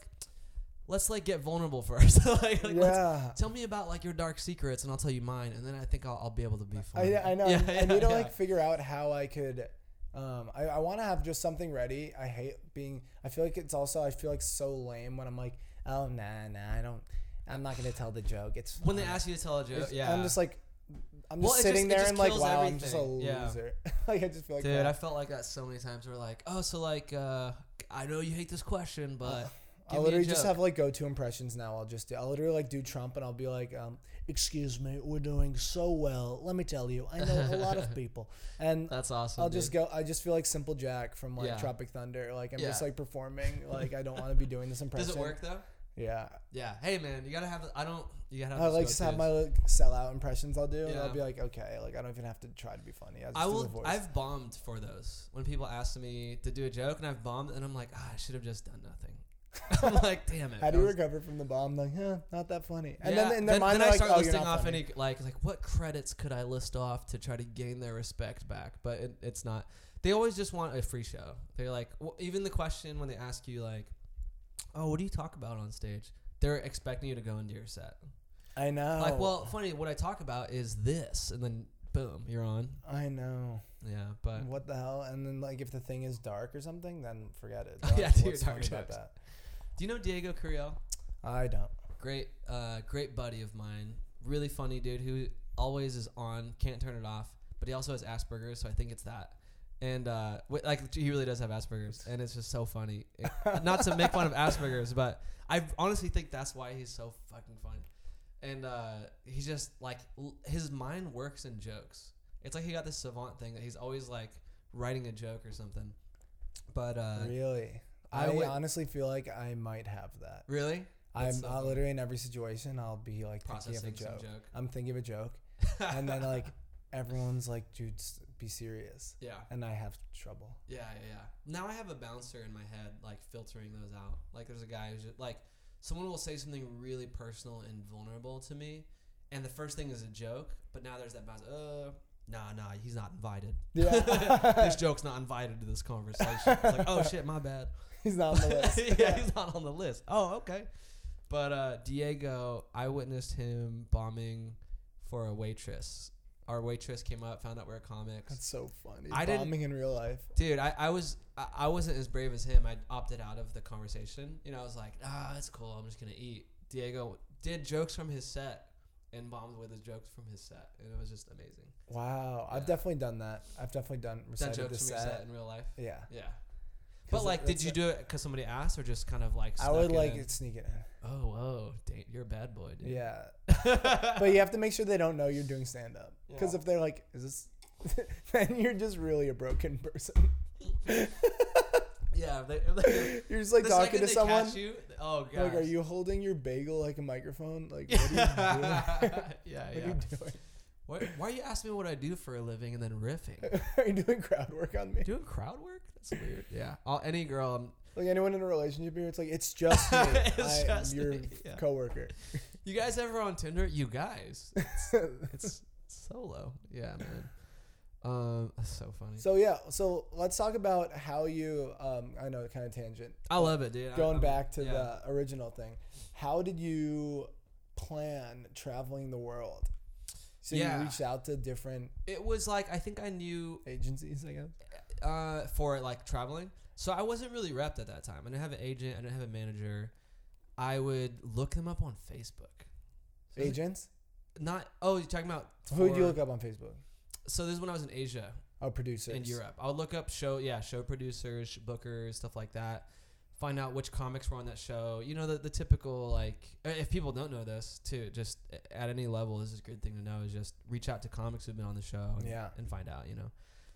Speaker 2: let's like get vulnerable first. like, like, let's-
Speaker 1: yeah.
Speaker 2: tell me about like your dark secrets and I'll tell you mine, and then I think I'll, I'll be able to be funny.
Speaker 1: I, I know.
Speaker 2: Yeah,
Speaker 1: I, I
Speaker 2: yeah,
Speaker 1: need to
Speaker 2: yeah.
Speaker 1: like figure out how I could. Um, I, I want to have just something ready. I hate being. I feel like it's also. I feel like so lame when I'm like, oh nah nah, I don't. I'm not gonna tell the joke. It's
Speaker 2: when they
Speaker 1: fine."
Speaker 2: ask you to tell a joke.
Speaker 1: It's-
Speaker 2: yeah,
Speaker 1: I'm just like, I'm
Speaker 2: Well,
Speaker 1: just
Speaker 2: it just-
Speaker 1: sitting
Speaker 2: it
Speaker 1: there
Speaker 2: just
Speaker 1: and like,
Speaker 2: kills
Speaker 1: wow, I'm just a
Speaker 2: everything. Yeah.
Speaker 1: loser. like I just feel like,
Speaker 2: Dude,
Speaker 1: that.
Speaker 2: I felt like that so many times. We're like, oh, so like, uh, I know you hate this question, but
Speaker 1: I
Speaker 2: give me a
Speaker 1: literally just
Speaker 2: joke.
Speaker 1: have like go to impressions now. I'll just do. I'll literally like do Trump and I'll be like, um, "Excuse me, we're doing so well. Let me tell you, I know a lot of people." And
Speaker 2: that's awesome.
Speaker 1: I'll just go. I just feel like Simple Jack from like
Speaker 2: Yeah.
Speaker 1: Tropic Thunder. Like I'm just
Speaker 2: Yeah.
Speaker 1: like performing. Like I don't want to be doing this impression.
Speaker 2: Does it work though?
Speaker 1: Yeah.
Speaker 2: Yeah. Hey man, you gotta have. I don't. You gotta. Have
Speaker 1: I
Speaker 2: those
Speaker 1: like just have
Speaker 2: go-tos.
Speaker 1: my like, sellout impressions. I'll do, and I'll
Speaker 2: Yeah.
Speaker 1: be like, okay, like I don't even have to try to be funny. I, just
Speaker 2: I
Speaker 1: do the
Speaker 2: will.
Speaker 1: voice.
Speaker 2: I've bombed for those when people ask me to do a joke, and I've bombed, and I'm like, ah, I should have just done nothing. I'm like, damn it.
Speaker 1: How do you
Speaker 2: that was-
Speaker 1: recover from the bomb? Like, huh, not that funny. And
Speaker 2: Yeah,
Speaker 1: then in their mind,
Speaker 2: I
Speaker 1: they're like,
Speaker 2: start
Speaker 1: oh, you're
Speaker 2: listing
Speaker 1: not
Speaker 2: off
Speaker 1: funny.
Speaker 2: any like like what credits could I list off to try to gain their respect back? But it, it's not. They always just want a free show. They're like, well, even the question when they ask you like, "Oh, what do you talk about on stage?" they're expecting you to go into your set.
Speaker 1: I know.
Speaker 2: Like, well, funny. What I talk about is this, and then boom, you're on.
Speaker 1: I know.
Speaker 2: Yeah, but
Speaker 1: What the hell? And then like, if the thing is dark or something, then forget it.
Speaker 2: Oh, yeah,
Speaker 1: What's
Speaker 2: dude,
Speaker 1: funny
Speaker 2: dark
Speaker 1: about
Speaker 2: jokes.
Speaker 1: that?
Speaker 2: do you know Diego Curiel?
Speaker 1: I don't.
Speaker 2: Great, uh, great buddy of mine. Really funny dude who always is on, can't turn it off. But he also has Asperger's, so I think it's that. And uh, wi- like he really does have Asperger's, and it's just so funny. It- not to make fun of Asperger's, but I honestly think that's why he's so fucking funny. And uh, he's just like l- his mind works in jokes. It's like he got this savant thing that he's always like writing a joke or something. But uh,
Speaker 1: really.
Speaker 2: I
Speaker 1: I,
Speaker 2: would-
Speaker 1: honestly feel like I might have that.
Speaker 2: really,
Speaker 1: I'm
Speaker 2: That's so
Speaker 1: I
Speaker 2: funny.
Speaker 1: literally in every situation I'll be like thinking of a
Speaker 2: processing some
Speaker 1: joke.
Speaker 2: joke.
Speaker 1: I'm thinking of a joke, and then like everyone's like, "Dude, s- be serious,"
Speaker 2: Yeah.
Speaker 1: and I have trouble.
Speaker 2: Yeah, yeah, yeah. Now I have a bouncer in my head, like filtering those out. Like there's a guy who's just, like, someone will say something really personal and vulnerable to me, and the first thing is a joke, but now there's that bouncer. Uh, nah, nah, he's not invited.
Speaker 1: Yeah,
Speaker 2: this joke's not invited to this conversation. It's like, oh shit, my bad.
Speaker 1: he's not on the list.
Speaker 2: yeah, he's not on the list. Oh, okay. But uh, Diego, I witnessed him bombing for a waitress. Our waitress came up, found out we we're comics.
Speaker 1: That's so funny.
Speaker 2: I didn't-
Speaker 1: Bombing in real life.
Speaker 2: Dude, I, I was I, I wasn't as brave as him. I opted out of the conversation. You know, I was like, ah, that's cool. I'm just gonna eat. Diego did jokes from his set and bombed with his jokes from his set, and it was just amazing.
Speaker 1: Wow, I've
Speaker 2: Yeah.
Speaker 1: definitely done that. I've definitely done
Speaker 2: Done
Speaker 1: recited the
Speaker 2: jokes from your set
Speaker 1: set.
Speaker 2: in real life.
Speaker 1: Yeah,
Speaker 2: Yeah, but
Speaker 1: 'Cause
Speaker 2: like, did
Speaker 1: that's
Speaker 2: you
Speaker 1: it.
Speaker 2: do it because somebody asked, or just kind of like?
Speaker 1: I would
Speaker 2: snuck it
Speaker 1: like
Speaker 2: in?
Speaker 1: sneak it in.
Speaker 2: Oh, whoa, dang, you're a bad boy, dude.
Speaker 1: Yeah, but you have to make sure they don't know you're doing stand up. Because
Speaker 2: Yeah.
Speaker 1: if they're like, "Is this," then you're just really a broken person.
Speaker 2: yeah. if They, if they,
Speaker 1: You're just like
Speaker 2: the
Speaker 1: talking
Speaker 2: second
Speaker 1: to
Speaker 2: they
Speaker 1: someone.
Speaker 2: catch you, oh god.
Speaker 1: Like, are you holding your bagel like a microphone? Like, what are you doing? What
Speaker 2: yeah, yeah.
Speaker 1: are you doing?
Speaker 2: Why, why are you asking me what I do for a living and then riffing?
Speaker 1: Are you doing crowd work on me?
Speaker 2: doing crowd work? That's weird. Yeah. All, any girl. Um,
Speaker 1: Like anyone in a relationship here, it's like it's just me.
Speaker 2: It's
Speaker 1: I'm
Speaker 2: just
Speaker 1: your
Speaker 2: me, yeah.
Speaker 1: coworker.
Speaker 2: you guys ever on Tinder? You guys. It's solo. Yeah, man. Um, that's so funny.
Speaker 1: so yeah, so let's talk about how you. Um, I know, kind of tangent.
Speaker 2: I love it, dude. I-
Speaker 1: Going
Speaker 2: I'm-
Speaker 1: back to
Speaker 2: yeah.
Speaker 1: the original thing, how did you plan traveling the world? So
Speaker 2: Yeah.
Speaker 1: you reached out to different
Speaker 2: It was like I think I knew
Speaker 1: agencies, I guess.
Speaker 2: uh, for like traveling. So I wasn't really repped at that time. I didn't have an agent. I didn't have a manager. I would look them up on Facebook. So it's
Speaker 1: Agents.
Speaker 2: Not. Oh, you're talking about.
Speaker 1: Who would you
Speaker 2: for-
Speaker 1: look up on Facebook?
Speaker 2: So this is when I was in Asia.
Speaker 1: Oh, producers.
Speaker 2: in Europe. I'll look up show, yeah, show producers, sh- bookers, stuff like that. Find out which comics were on that show. You know the the typical like uh, if people don't know this too, just a- at any level, this is a good thing to know is just reach out to comics who've been on the show and,
Speaker 1: Yeah.
Speaker 2: and find out. You know,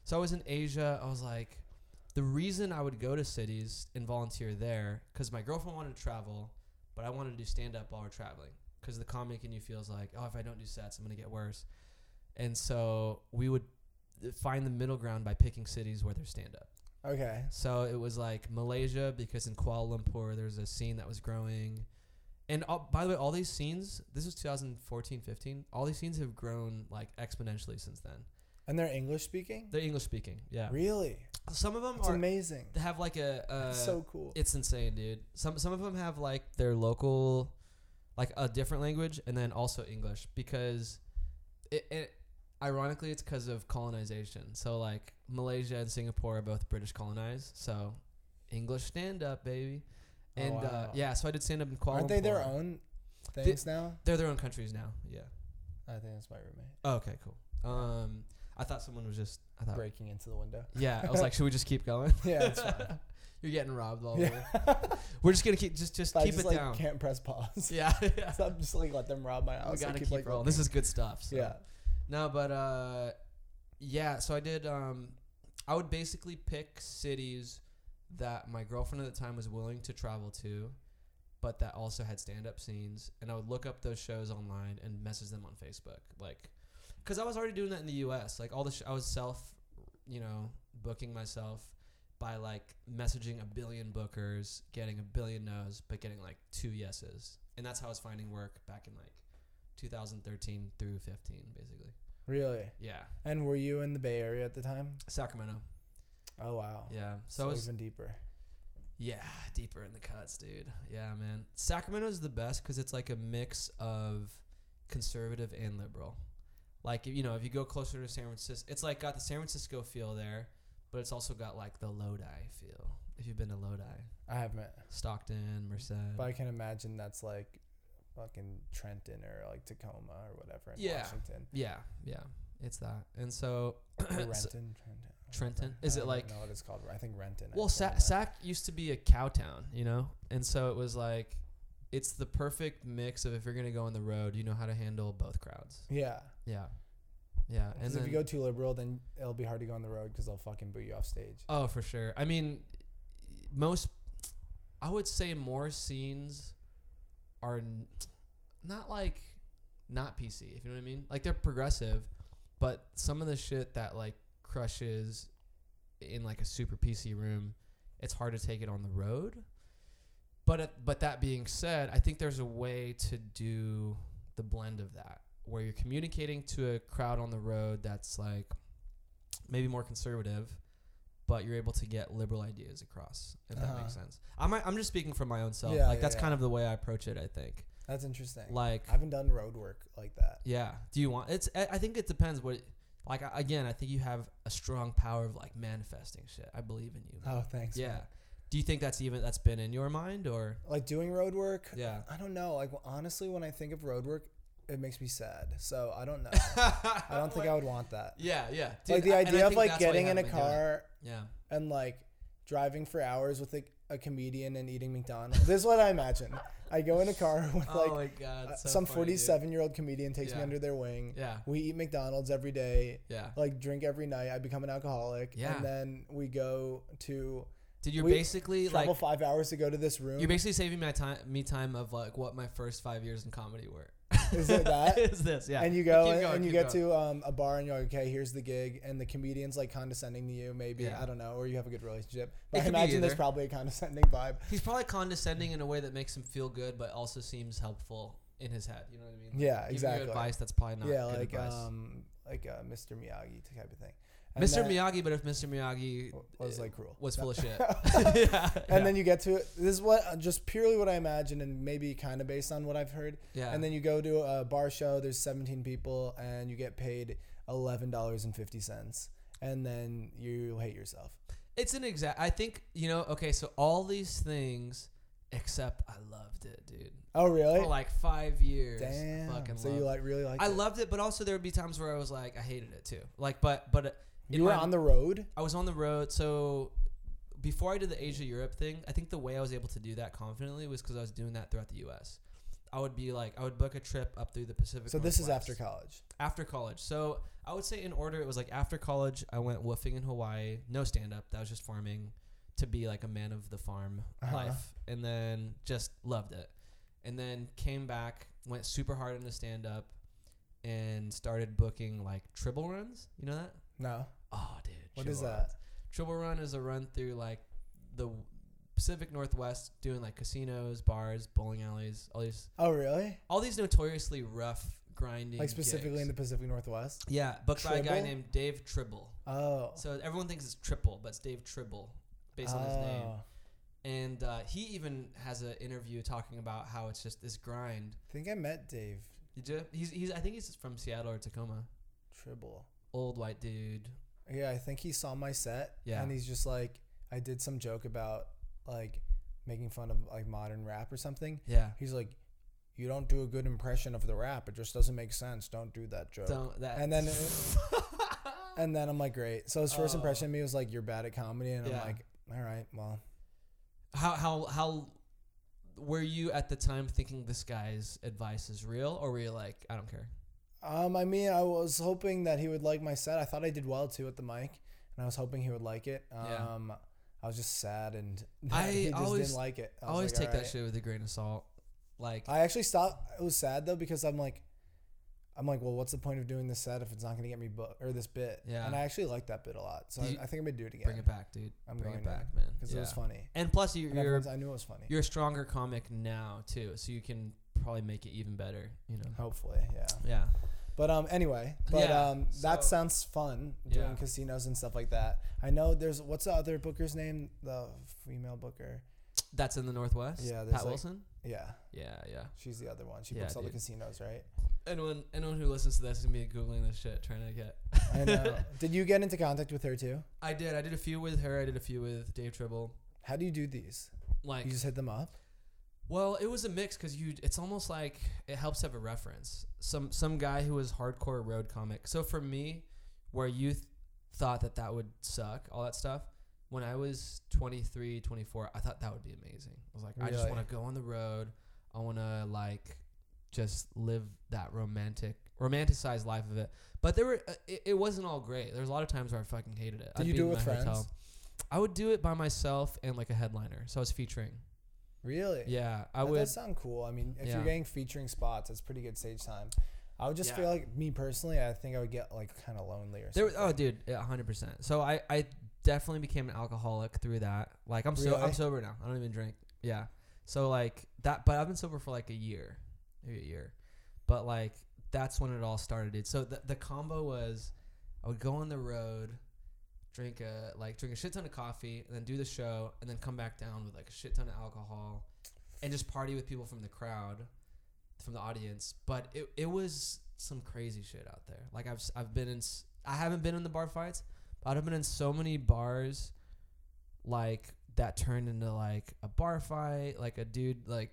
Speaker 2: so I was in Asia. I was like, the reason I would go to cities and volunteer there because my girlfriend wanted to travel, but I wanted to do stand up while we're traveling because the comic in you feels like oh if I don't do sets I'm gonna get worse, and so we would uh, find the middle ground by picking cities where there's stand up.
Speaker 1: Okay.
Speaker 2: So it was like Malaysia because in Kuala Lumpur there's a scene that was growing. And all, by the way, all these scenes, this was 2014, 15, all these scenes have grown like exponentially since then.
Speaker 1: And they're English speaking.
Speaker 2: They're English speaking, yeah.
Speaker 1: Really?
Speaker 2: Some of them
Speaker 1: It's
Speaker 2: are
Speaker 1: amazing.
Speaker 2: they have like a uh,
Speaker 1: It's so cool.
Speaker 2: it's insane, dude. Some some of them have like their local, like a different language, and then also English because, it, it ironically, it's because of colonization. So like Malaysia and Singapore are both British colonized, so English stand up, baby.
Speaker 1: Oh,
Speaker 2: And uh,
Speaker 1: wow.
Speaker 2: yeah, so I did stand up in Kuala.
Speaker 1: Aren't they their
Speaker 2: Lumpur.
Speaker 1: own things now?
Speaker 2: They're their own countries now. Yeah.
Speaker 1: I think that's my roommate
Speaker 2: Oh, okay. Cool. Um, I thought someone was just. I thought.
Speaker 1: breaking into the window.
Speaker 2: Yeah, I was like, should we just keep going?
Speaker 1: Yeah, that's fine.
Speaker 2: You're getting robbed all
Speaker 1: Yeah.
Speaker 2: over. We're just gonna keep just just
Speaker 1: If I
Speaker 2: keep
Speaker 1: just
Speaker 2: it
Speaker 1: like
Speaker 2: down.
Speaker 1: can't press pause.
Speaker 2: Yeah, yeah.
Speaker 1: So I'm just like let them rob my house.
Speaker 2: we
Speaker 1: I
Speaker 2: gotta
Speaker 1: keep,
Speaker 2: keep
Speaker 1: like,
Speaker 2: rolling.
Speaker 1: looking.
Speaker 2: This is good stuff. so.
Speaker 1: yeah.
Speaker 2: No, but uh, yeah. So I did. Um, I would basically pick cities that my girlfriend at the time was willing to travel to, but that also had stand-up scenes, and I would look up those shows online and message them on Facebook, like, because I was already doing that in the U.S. Like all the sh- I was self, you know, booking myself by like messaging a billion bookers, getting a billion no's, but getting like two yeses, and that's how I was finding work back in like 2013 through 15, basically.
Speaker 1: Really.
Speaker 2: Yeah,
Speaker 1: And were you in the Bay Area at the time?
Speaker 2: Sacramento.
Speaker 1: Oh wow.
Speaker 2: Yeah, so, it
Speaker 1: So
Speaker 2: was
Speaker 1: even deeper.
Speaker 2: Yeah, deeper in the cuts, dude. Yeah, man. Sacramento's the best because it's like a mix of conservative and liberal. Like you know, if you go closer to San Francisco, it's like got the San Francisco feel there, but it's also got like the Lodi feel. If you've been to Lodi,
Speaker 1: I haven't,
Speaker 2: Stockton, Merced,
Speaker 1: but I can imagine that's like fucking Trenton or like Tacoma or whatever in
Speaker 2: Yeah.
Speaker 1: Washington.
Speaker 2: yeah, yeah, it's that. And so,
Speaker 1: Or Renton,
Speaker 2: so-
Speaker 1: Trenton.
Speaker 2: Trenton? Is it like-
Speaker 1: No, what it's called. I think Renton.
Speaker 2: Well, Sa- Sac used to be a cow town, you know, and so it was like, it's the perfect mix of if you're gonna go on the road, you know how to handle both crowds.
Speaker 1: Yeah.
Speaker 2: Yeah, yeah. And
Speaker 1: Because
Speaker 2: then,
Speaker 1: if you go too liberal, then it'll be hard to go on the road because they'll fucking boo you off stage.
Speaker 2: oh, for sure. I mean, most, I would say more scenes are n- not like not PC. If you know what I mean, like they're progressive, but some of the shit that like crushes in like a super PC room, it's hard to take it on the road. But it, but that being said, I think there's a way to do the blend of that where you're communicating to a crowd on the road that's like maybe more conservative, but you're able to get liberal ideas across. If that
Speaker 1: Uh-huh.
Speaker 2: makes sense, I'm I'm just speaking for my own self.
Speaker 1: Yeah,
Speaker 2: like
Speaker 1: yeah,
Speaker 2: that's
Speaker 1: yeah.
Speaker 2: kind of the way I approach it. I think
Speaker 1: That's interesting.
Speaker 2: like
Speaker 1: I haven't done road work like that.
Speaker 2: yeah. Do you want? It's. I I think it depends what. Like I- again, I think you have a strong power of like manifesting shit. I believe in you. man.
Speaker 1: Oh, thanks.
Speaker 2: yeah.
Speaker 1: man.
Speaker 2: Do you think that's even that's been in your mind or?
Speaker 1: Like doing road work.
Speaker 2: Yeah.
Speaker 1: I don't know. Like honestly, when I think of road work, it makes me sad. So I don't know.
Speaker 2: I
Speaker 1: I don't think I would want that.
Speaker 2: Yeah, yeah.
Speaker 1: like
Speaker 2: Dude,
Speaker 1: the
Speaker 2: I- and I
Speaker 1: idea of
Speaker 2: think
Speaker 1: like
Speaker 2: that's why you
Speaker 1: getting in a
Speaker 2: haven't been doing it.
Speaker 1: car
Speaker 2: Yeah.
Speaker 1: and like driving for hours with a, a comedian and eating McDonald's. this is what I imagine. I go in a car with
Speaker 2: oh
Speaker 1: like
Speaker 2: my god.
Speaker 1: uh,
Speaker 2: so
Speaker 1: some
Speaker 2: funny, dude.
Speaker 1: 47 year old comedian takes me
Speaker 2: Yeah.
Speaker 1: under their wing.
Speaker 2: Yeah.
Speaker 1: We eat McDonald's every day,
Speaker 2: Yeah.
Speaker 1: like drink every night. I become an alcoholic.
Speaker 2: Yeah.
Speaker 1: And then we go to
Speaker 2: Dude, you're
Speaker 1: We
Speaker 2: basically like
Speaker 1: travel five hours to go to this room.
Speaker 2: you're basically saving my time me time of like what my first five years in comedy were.
Speaker 1: Is it that?
Speaker 2: Is this? Yeah.
Speaker 1: and you
Speaker 2: Keep
Speaker 1: go and-
Speaker 2: going,
Speaker 1: and you
Speaker 2: keep
Speaker 1: get
Speaker 2: going.
Speaker 1: to um, a bar and you're like, okay, here's the gig, and the comedian's like condescending to you, maybe
Speaker 2: Yeah.
Speaker 1: I don't know, or you have a good relationship. But I
Speaker 2: could be
Speaker 1: imagine there's
Speaker 2: either.
Speaker 1: probably a condescending vibe.
Speaker 2: He's probably condescending in a way that makes him feel good, but also seems helpful in his head. You know what I mean? Like,
Speaker 1: Yeah,
Speaker 2: giving you
Speaker 1: exactly.
Speaker 2: advice that's probably not
Speaker 1: yeah,
Speaker 2: good
Speaker 1: like
Speaker 2: advice.
Speaker 1: um, like uh, Mr. Miyagi type of thing. And
Speaker 2: Mr.
Speaker 1: then-
Speaker 2: Miyagi, but if Mr. Miyagi
Speaker 1: w- was like cruel.
Speaker 2: was full of shit, yeah,
Speaker 1: And then you get to this is what uh, just purely what I imagine, and maybe kind of based on what I've heard.
Speaker 2: yeah,
Speaker 1: And then you go to a bar show. There's 17 people, and you get paid eleven dollars and fifty cents, and then you hate yourself.
Speaker 2: it's an exact. I think you know. Okay, so all these things, except I loved it, dude.
Speaker 1: Oh, really?
Speaker 2: For like five years, I
Speaker 1: Damn.
Speaker 2: fucking
Speaker 1: So
Speaker 2: loved
Speaker 1: you
Speaker 2: it.
Speaker 1: like really like?
Speaker 2: I loved it, but also there would be times where I was like, I hated it too. Like, but but in
Speaker 1: You were
Speaker 2: my-
Speaker 1: on the road.
Speaker 2: I was on the road. So before I did the Asia Europe thing, I think the way I was able to do that confidently was because I was doing that throughout the U.S. I would be like, I would book a trip up through the Pacific.
Speaker 1: So this is
Speaker 2: Northwest.
Speaker 1: after college.
Speaker 2: After college. So I would say in order, it was like after college, I went woofing in Hawaii. No stand up. That was just farming to be like a man of the farm
Speaker 1: Uh-huh.
Speaker 2: life. And then just loved it. And then came back, went super hard into stand up and started booking like triple runs. You know that?
Speaker 1: No.
Speaker 2: Oh, dude.
Speaker 1: What
Speaker 2: triple
Speaker 1: is
Speaker 2: runs.
Speaker 1: that?
Speaker 2: Triple Run is a run through like the Pacific Northwest, doing like casinos, bars, bowling alleys, all these,
Speaker 1: Oh, really?
Speaker 2: all these notoriously rough grinding.
Speaker 1: Like specifically
Speaker 2: gigs.
Speaker 1: in the Pacific Northwest?
Speaker 2: yeah, booked by a guy
Speaker 1: Tribble?
Speaker 2: named Dave Tribble.
Speaker 1: Oh.
Speaker 2: So everyone thinks it's Triple, but it's Dave Tribble based on his name.
Speaker 1: Oh.
Speaker 2: And uh, he even has an interview talking about how it's just this grind.
Speaker 1: I think I met Dave
Speaker 2: You ju- He's, he's I think he's from Seattle or Tacoma.
Speaker 1: Tribble.
Speaker 2: Old white dude.
Speaker 1: Yeah, I think he saw my set.
Speaker 2: Yeah.
Speaker 1: And he's just like, I did some joke about like making fun of like modern rap or something.
Speaker 2: Yeah.
Speaker 1: He's like, you don't do a good impression of the rap. It just doesn't make sense. Don't do that joke.
Speaker 2: Don't that.
Speaker 1: And then, and then I'm like, great. So his first
Speaker 2: Oh.
Speaker 1: impression of me was like, you're bad at comedy, and
Speaker 2: Yeah.
Speaker 1: I'm like, all right, well,
Speaker 2: how how how were you at the time thinking this guy's advice is real or were you like i don't care
Speaker 1: Um, I mean, I was hoping that he would like my set. I thought I did well too at the mic, and I was hoping he would like it.
Speaker 2: Yeah.
Speaker 1: Um, I was just sad and
Speaker 2: I
Speaker 1: he just
Speaker 2: always-
Speaker 1: didn't like it.
Speaker 2: i
Speaker 1: was
Speaker 2: always
Speaker 1: like,
Speaker 2: take
Speaker 1: "Alright."
Speaker 2: that shit with a grain of salt like
Speaker 1: I actually stopped. It was sad though because I'm like, I'm like, well, what's the point of doing this set if it's not gonna get me booked or this bit?
Speaker 2: Yeah.
Speaker 1: And I actually liked that bit a lot, so I,
Speaker 2: Did you-
Speaker 1: I think I'm gonna do it again.
Speaker 2: bring it back dude
Speaker 1: I'm
Speaker 2: bring
Speaker 1: going
Speaker 2: it
Speaker 1: to,
Speaker 2: back man
Speaker 1: because it was
Speaker 2: Yeah.
Speaker 1: funny.
Speaker 2: and plus you,
Speaker 1: And
Speaker 2: you're
Speaker 1: everyone's- I knew it was funny.
Speaker 2: you're a stronger comic now too so you can probably make it even better you know
Speaker 1: Hopefully, yeah.
Speaker 2: yeah
Speaker 1: But um, anyway, but
Speaker 2: Yeah,
Speaker 1: um, that
Speaker 2: so-
Speaker 1: sounds fun doing
Speaker 2: Yeah.
Speaker 1: casinos and stuff like that. I know there's what's the other booker's name? The female booker.
Speaker 2: That's in the Northwest.
Speaker 1: Yeah, there's
Speaker 2: Pat
Speaker 1: like-
Speaker 2: Wilson.
Speaker 1: yeah,
Speaker 2: Yeah, yeah.
Speaker 1: she's the other one. She
Speaker 2: Yeah,
Speaker 1: books all
Speaker 2: dude.
Speaker 1: the casinos, right?
Speaker 2: Anyone, anyone who listens to this is gonna be googling this shit, trying to get.
Speaker 1: I know. Did you get into contact with her too?
Speaker 2: I did. I did a few with her. I did a few with Dave Tribble.
Speaker 1: How do you do these?
Speaker 2: Like,
Speaker 1: You just hit them up.
Speaker 2: well, it was a mix because you. It's almost like it helps have a reference. Some some guy who was hardcore road comic. So for me, where you th- thought that that would suck, all that stuff. When I was 23, 24, I thought that would be amazing. I was like, I just
Speaker 1: Really?
Speaker 2: want to go on the road. I want to like just live that romantic, romanticized life of it. But there were, uh, it, it wasn't all great. There was a lot of times where I fucking hated it.
Speaker 1: Did you do
Speaker 2: in
Speaker 1: it with
Speaker 2: my
Speaker 1: friends?
Speaker 2: I would do it by myself and like a headliner. So I was featuring.
Speaker 1: Really?
Speaker 2: Yeah,
Speaker 1: Eh.
Speaker 2: I
Speaker 1: That
Speaker 2: would.
Speaker 1: does sound cool. I mean, if
Speaker 2: Yeah.
Speaker 1: you're getting featuring spots, that's pretty good stage time. I would just
Speaker 2: Yeah.
Speaker 1: feel like me personally, I think I would get like kind of lonely or
Speaker 2: There,
Speaker 1: something.
Speaker 2: was- oh, dude, yeah, hundred percent. So I, I definitely became an alcoholic through that. Like I'm so, I'm
Speaker 1: Really?
Speaker 2: sober now. I don't even drink. Yeah. So like that, but I've been sober for like a year, maybe a year. But like that's when it all started. Dude. So the the combo was, I would go on the road, drink a like drink a shit ton of coffee, and then do the show, and then come back down with like a shit ton of alcohol, and just party with people from the crowd, from the audience. But it it was some crazy shit out there. Like I've s- I've been in s- I haven't been in the bar fights, but I've been in so many bars, like that turned into like a bar fight, like a dude like,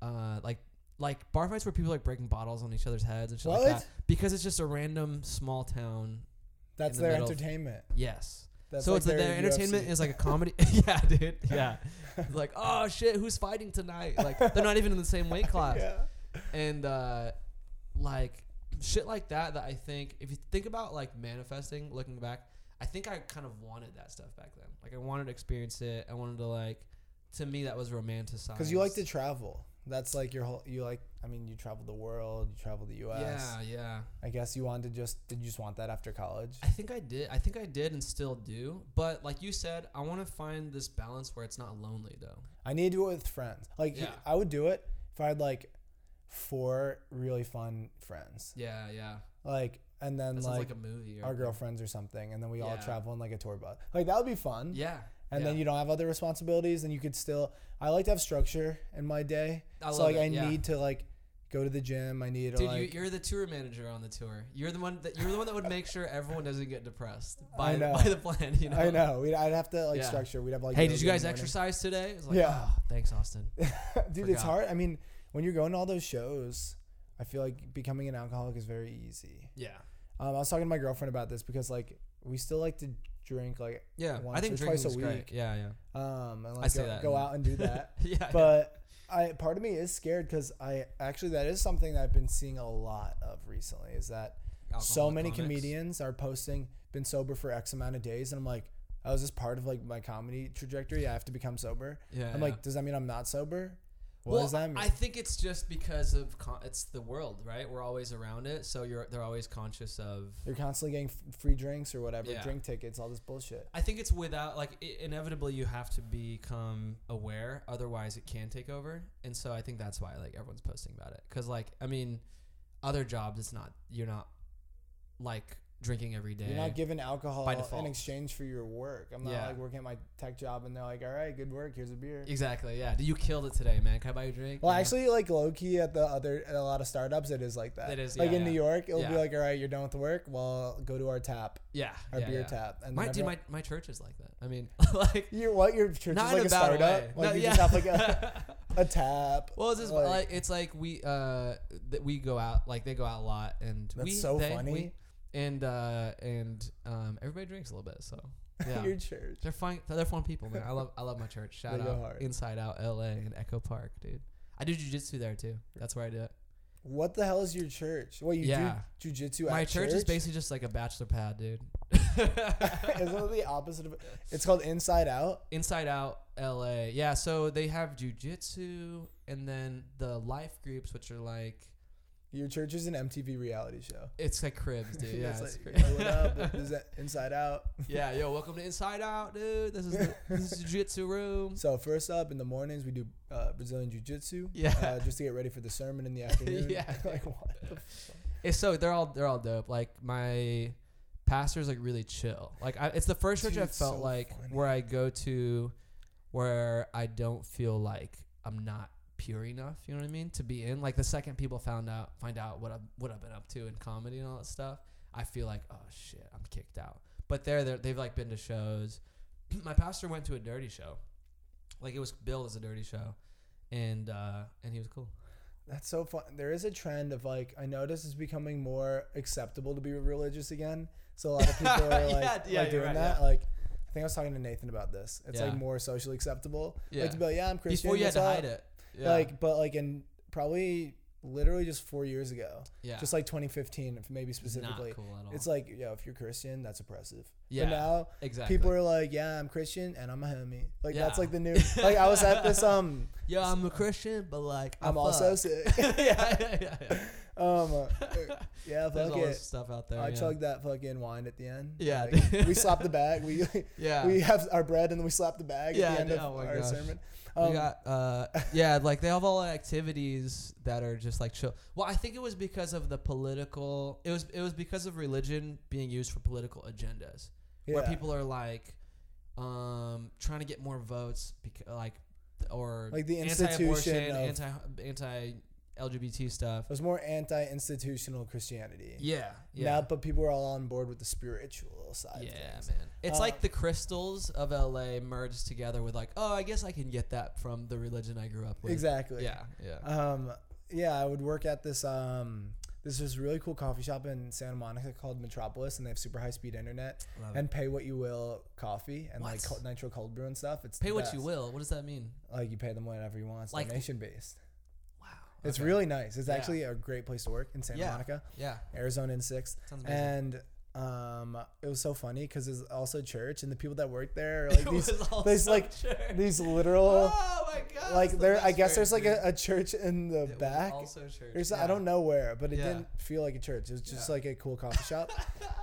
Speaker 2: uh like. Like bar fights where people like breaking bottles on each other's heads and shit
Speaker 1: What?
Speaker 2: like that, because it's just a random small town
Speaker 1: that's
Speaker 2: in the
Speaker 1: their
Speaker 2: middle.
Speaker 1: entertainment.
Speaker 2: Yes.
Speaker 1: That's
Speaker 2: so
Speaker 1: like
Speaker 2: it's their,
Speaker 1: UFC.
Speaker 2: entertainment is like a comedy. yeah, dude. Yeah. It's like, oh shit, who's fighting tonight? Like they're not even in the same weight class.
Speaker 1: Yeah.
Speaker 2: And uh like shit like that that I think if you think about like manifesting, looking back, I think I kind of wanted that stuff back then. Like I wanted to experience it. I wanted to like to me that was romanticized.
Speaker 1: Because you like to travel. That's like your whole. You like. I mean, you travel the world. You travel the U.S.
Speaker 2: Yeah, yeah.
Speaker 1: I guess you wanted to just. Did you just want that after college?
Speaker 2: I think I did. I think I did and still do. But like you said, I want to find this balance where it's not lonely though.
Speaker 1: I need to do it with friends. Like
Speaker 2: Yeah.
Speaker 1: I would do it if I had like four really fun friends.
Speaker 2: Yeah, yeah.
Speaker 1: Like and then
Speaker 2: That sounds
Speaker 1: like,
Speaker 2: like a movie. Or
Speaker 1: our girlfriends or something, and then we all
Speaker 2: Yeah.
Speaker 1: travel in like a tour bus. Like that would be fun.
Speaker 2: Yeah.
Speaker 1: And then you don't have other responsibilities, and you could still. I like to have structure in my day.
Speaker 2: I
Speaker 1: so
Speaker 2: love
Speaker 1: like
Speaker 2: it,
Speaker 1: I
Speaker 2: yeah.
Speaker 1: need to like go to the gym. I need to
Speaker 2: Dude,
Speaker 1: like.
Speaker 2: you, you're the tour manager on the tour. You're the one that you're the one that would make sure everyone doesn't get depressed by,
Speaker 1: I know.
Speaker 2: by the plan. You know.
Speaker 1: I know. We'd, I'd have to like
Speaker 2: Yeah.
Speaker 1: structure. We'd have like.
Speaker 2: Hey, did
Speaker 1: yoga
Speaker 2: you
Speaker 1: in
Speaker 2: guys
Speaker 1: the morning.
Speaker 2: exercise today? It's like,
Speaker 1: Yeah.
Speaker 2: "Ah, thanks, Austin.
Speaker 1: Dude, it's
Speaker 2: Forgot.
Speaker 1: hard. I mean, when you're going to all those shows, I feel like becoming an alcoholic is very easy.
Speaker 2: Yeah.
Speaker 1: Um, I was talking to my girlfriend about this because like we still like to drink like
Speaker 2: Yeah. I
Speaker 1: Once
Speaker 2: think
Speaker 1: or twice
Speaker 2: drinking's
Speaker 1: a
Speaker 2: great.
Speaker 1: week.
Speaker 2: Yeah, yeah.
Speaker 1: um and like
Speaker 2: I say
Speaker 1: go,
Speaker 2: that
Speaker 1: go
Speaker 2: and-
Speaker 1: out and do that.
Speaker 2: yeah. yeah.
Speaker 1: but I part of me is scared because I actually that is something that I've been seeing a lot of recently is that so
Speaker 2: Alcoholic
Speaker 1: many
Speaker 2: comics.
Speaker 1: comedians are posting been sober for X amount of days and I'm like, oh, is this part of like my comedy trajectory? I have to become sober.
Speaker 2: Yeah.
Speaker 1: I'm
Speaker 2: yeah.
Speaker 1: like, does that mean I'm not sober? What does that mean?
Speaker 2: I think it's just because of con- it's the world, right? We're always around it, so you're they're always conscious of
Speaker 1: You're constantly getting f- free drinks or whatever,
Speaker 2: Yeah.
Speaker 1: drink tickets, all this bullshit.
Speaker 2: I think it's without like i inevitably you have to become aware, otherwise it can take over. And so I think that's why like everyone's posting about it because like I mean, other jobs it's not you're not like drinking every day.
Speaker 1: You're not given alcohol
Speaker 2: By default.
Speaker 1: in exchange for your work. I'm not
Speaker 2: Yeah.
Speaker 1: like working at my tech job and they're like, all right, good work, here's a beer.
Speaker 2: exactly. Yeah. You killed it today, man. Can I buy you a drink?
Speaker 1: Well,
Speaker 2: You know?
Speaker 1: actually, like low key at the other at a lot of startups, it is like that.
Speaker 2: It is,
Speaker 1: like
Speaker 2: yeah,
Speaker 1: in New
Speaker 2: yeah.
Speaker 1: York, it'll be
Speaker 2: Yeah.
Speaker 1: like, all right, you're done with work. Well, go to our tap,
Speaker 2: yeah.
Speaker 1: our
Speaker 2: yeah,
Speaker 1: beer
Speaker 2: yeah.
Speaker 1: tap, and
Speaker 2: My
Speaker 1: then
Speaker 2: dude,
Speaker 1: everyone-
Speaker 2: my, my church is like that. I mean, like
Speaker 1: your what your church
Speaker 2: not
Speaker 1: is like
Speaker 2: in
Speaker 1: a,
Speaker 2: a bad
Speaker 1: startup.
Speaker 2: way.
Speaker 1: Like
Speaker 2: No,
Speaker 1: you
Speaker 2: yeah.
Speaker 1: just have like a, a tap.
Speaker 2: Well, it's just
Speaker 1: Like-
Speaker 2: like, it's like we uh that we go out like they go out a lot and
Speaker 1: That's
Speaker 2: we,
Speaker 1: so
Speaker 2: they-
Speaker 1: funny.
Speaker 2: we- and uh and um everybody drinks a little bit so yeah
Speaker 1: your church.
Speaker 2: they're fine they're fun people man I love I love my church shout
Speaker 1: They
Speaker 2: out
Speaker 1: go hard.
Speaker 2: Inside Out L A and Echo Park dude I do jujitsu there too that's where I do it
Speaker 1: What the hell is your church? What you
Speaker 2: Yeah.
Speaker 1: do jujitsu at
Speaker 2: my church, is basically just like a bachelor pad dude
Speaker 1: it's literally the opposite of. It's called Inside Out.
Speaker 2: Inside Out LA. Yeah, so they have jujitsu and then the life groups which are like
Speaker 1: Your church is an MTV reality show.
Speaker 2: it's like cribs dude yeah
Speaker 1: It's
Speaker 2: it's
Speaker 1: like,
Speaker 2: crazy.
Speaker 1: "Yo, what up? This is Inside Out.
Speaker 2: Yeah, yo, welcome to Inside Out, dude. This is the, this is Jiu-Jitsu room.
Speaker 1: So first up in the mornings we do uh, Brazilian Jiu Jitsu.
Speaker 2: Yeah.
Speaker 1: Uh, just to get ready for the sermon in the afternoon.
Speaker 2: Yeah.
Speaker 1: like what? The
Speaker 2: It's so they're all they're all dope. Like my pastor's like really chill. Like I, it's the first church
Speaker 1: Dude,
Speaker 2: I
Speaker 1: it's
Speaker 2: felt
Speaker 1: so
Speaker 2: like
Speaker 1: funny.
Speaker 2: where I go to where I don't feel like I'm not pure enough. You know what I mean? To be in like the second people found out find out what I what I've been up to in comedy and all that stuff, I feel like oh shit, I'm kicked out. But there, they're- they've like been to shows. My pastor went to a dirty show, like it was billed as a dirty show, and uh, and he was cool.
Speaker 1: That's so fun. There is a trend of like I notice it's becoming more acceptable to be religious again. So a lot of people are like,
Speaker 2: Yeah, yeah,
Speaker 1: like
Speaker 2: you're
Speaker 1: doing
Speaker 2: right,
Speaker 1: that.
Speaker 2: yeah.
Speaker 1: Like I think I was talking to Nathan about this. It's
Speaker 2: Yeah.
Speaker 1: like more socially acceptable.
Speaker 2: Yeah.
Speaker 1: Like to be like, yeah, I'm Christian.
Speaker 2: Before you
Speaker 1: what's
Speaker 2: had to
Speaker 1: up?"
Speaker 2: hide it. Yeah.
Speaker 1: Like, but like in probably literally just four years ago,
Speaker 2: yeah.
Speaker 1: just like 2015, if maybe
Speaker 2: It's not
Speaker 1: specifically.
Speaker 2: cool at all.
Speaker 1: It's like, yo, if you're Christian, that's oppressive.
Speaker 2: yeah.
Speaker 1: But now
Speaker 2: exactly.
Speaker 1: people are like, yeah, I'm Christian and I'm a homie. Like that's
Speaker 2: Yeah.
Speaker 1: like the new. Like I was at this um,
Speaker 2: yeah, I'm a Christian, but like I
Speaker 1: I'm also
Speaker 2: fuck.
Speaker 1: sick.
Speaker 2: yeah, yeah, yeah, yeah.
Speaker 1: Um, uh, yeah,
Speaker 2: There's
Speaker 1: fuck
Speaker 2: all this
Speaker 1: it.
Speaker 2: stuff out there.
Speaker 1: I
Speaker 2: yeah.
Speaker 1: chugged that fucking wine at the end.
Speaker 2: Yeah,
Speaker 1: Like,
Speaker 2: dude.
Speaker 1: we slap the bag. We
Speaker 2: Yeah.
Speaker 1: we have our bread and then we slap the bag
Speaker 2: Yeah,
Speaker 1: at the end
Speaker 2: dude,
Speaker 1: of
Speaker 2: oh my
Speaker 1: our
Speaker 2: gosh.
Speaker 1: sermon.
Speaker 2: We
Speaker 1: Um,
Speaker 2: got uh yeah, like they have all activities that are just like chill. Well, I think it was because of the political. It was it was because of religion being used for political agendas, where
Speaker 1: yeah.
Speaker 2: people are like, um, trying to get more votes, because like, or
Speaker 1: Like the
Speaker 2: anti-abortion,
Speaker 1: institution of-
Speaker 2: anti anti LGBT stuff.
Speaker 1: It was more anti-institutional Christianity.
Speaker 2: Yeah, yeah.
Speaker 1: Now, but people are all on board with the spiritual side.
Speaker 2: Yeah,
Speaker 1: of things.
Speaker 2: man. It's
Speaker 1: Uh,
Speaker 2: like the crystals of LA merged together with like, oh, I guess I can get that from the religion I grew up with.
Speaker 1: Exactly.
Speaker 2: Yeah, yeah.
Speaker 1: Um, yeah, I would work at this um this is really cool coffee shop in Santa Monica called Metropolis, and they have super high speed internet
Speaker 2: Love
Speaker 1: and pay what you will coffee and like
Speaker 2: What?
Speaker 1: co- nitro cold brew and stuff. It's
Speaker 2: Pay
Speaker 1: the
Speaker 2: what you
Speaker 1: best.
Speaker 2: will. What does that mean?
Speaker 1: Like you pay them whatever you want. It's
Speaker 2: Like-
Speaker 1: donation based.
Speaker 2: Wow.
Speaker 1: It's
Speaker 2: Okay.
Speaker 1: really nice. It's
Speaker 2: Yeah.
Speaker 1: actually a great place to work in Santa
Speaker 2: Yeah.
Speaker 1: Monica,
Speaker 2: Yeah.
Speaker 1: Arizona in sixth.
Speaker 2: Sounds amazing.
Speaker 1: And um, it was so funny because it's also church, and the people that work there are like
Speaker 2: It
Speaker 1: these,
Speaker 2: was all
Speaker 1: there's,
Speaker 2: so
Speaker 1: like,
Speaker 2: church.
Speaker 1: these literal,
Speaker 2: Oh my god.
Speaker 1: like
Speaker 2: it's the
Speaker 1: there. I
Speaker 2: best
Speaker 1: guess there's
Speaker 2: church,
Speaker 1: like a, a church in the
Speaker 2: dude. It was
Speaker 1: back.
Speaker 2: Also church.
Speaker 1: There's
Speaker 2: yeah.
Speaker 1: I don't know where, but it
Speaker 2: Yeah.
Speaker 1: didn't feel like a church. It was just
Speaker 2: Yeah.
Speaker 1: like a cool coffee shop.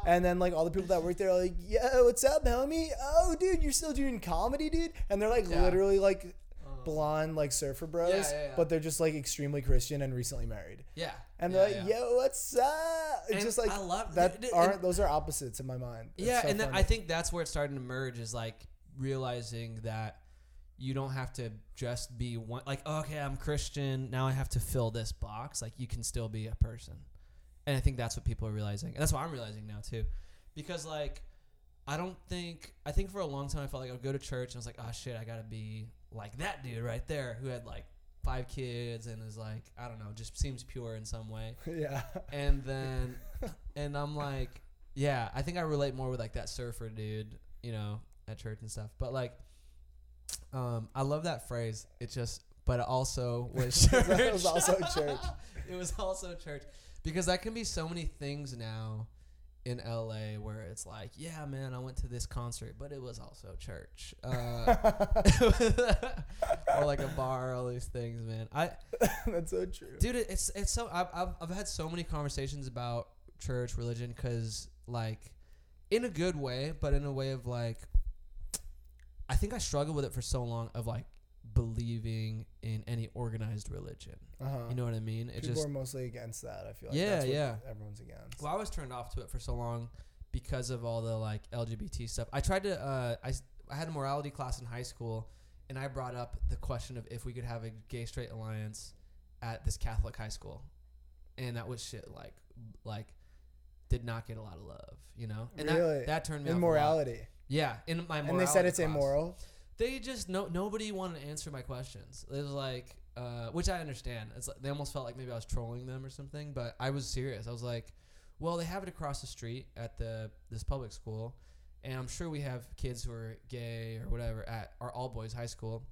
Speaker 1: and then like all the people that work there are like, "Yo, what's up, homie? Oh, dude, you're still doing comedy, dude?" And they're like
Speaker 2: Yeah.
Speaker 1: literally like
Speaker 2: Oh.
Speaker 1: blonde like surfer bros,
Speaker 2: yeah, yeah.
Speaker 1: but they're just like extremely Christian and recently married.
Speaker 2: Yeah.
Speaker 1: And
Speaker 2: yeah,
Speaker 1: they're like,
Speaker 2: yeah.
Speaker 1: "Yo, what's up?" It's
Speaker 2: And
Speaker 1: just like
Speaker 2: I love-
Speaker 1: that.
Speaker 2: dude, dude,
Speaker 1: aren't
Speaker 2: and-
Speaker 1: those are opposites in my mind? It's
Speaker 2: yeah,
Speaker 1: so
Speaker 2: and that,
Speaker 1: funny.
Speaker 2: I think that's where it's starting to merge is like realizing that you don't have to just be one. Like, oh, okay, I'm Christian. Now I have to fill this box. Like, you can still be a person. And I think that's what people are realizing. And that's what I'm realizing now, too. Because, like, I don't think, I think for a long time I felt like I would go to church and I was like, oh shit, I gotta be like that dude right there who had like five kids and is like, I don't know, just seems pure in some way
Speaker 1: yeah,
Speaker 2: and then and I'm like, yeah, I think I relate more with like that surfer dude, you know, at church and stuff. But like, um, I love that phrase. It just, but it also was church.
Speaker 1: That was also church.
Speaker 2: it was also church because that can be so many things now in LA where it's like, yeah, man, I went to this concert, but it was also church. Uh, or like a bar, all these things, man. I
Speaker 1: that's so true.
Speaker 2: dude it- it's it's so I've, I've, I've had so many conversations about church religion because like in a good way but in a way of like i think i struggled with it for so long of like believing in any organized religion
Speaker 1: Uh-huh.
Speaker 2: you know what i mean it
Speaker 1: people
Speaker 2: just
Speaker 1: are mostly against that. I feel like
Speaker 2: Yeah,
Speaker 1: that's what
Speaker 2: yeah.
Speaker 1: everyone's against.
Speaker 2: well i was turned off to it for so long because of all the like lgbt stuff i tried to uh i, s- I had a morality class in high school and i brought up the question of if we could have a gay straight alliance at this catholic high school and that was shit like like did not get a lot of love you know and
Speaker 1: Really?
Speaker 2: that, that turned me off a lot.
Speaker 1: Immorality.
Speaker 2: yeah in my
Speaker 1: and they said
Speaker 2: morality
Speaker 1: it's
Speaker 2: class.
Speaker 1: immoral.
Speaker 2: they just no nobody wanted to answer my questions. It was like, uh, which I understand. It's like, they almost felt like maybe I was trolling them or something, but I was serious. I was like, well, they have it across the street at the this public school, and I'm sure we have kids who are gay or whatever at our all boys high school,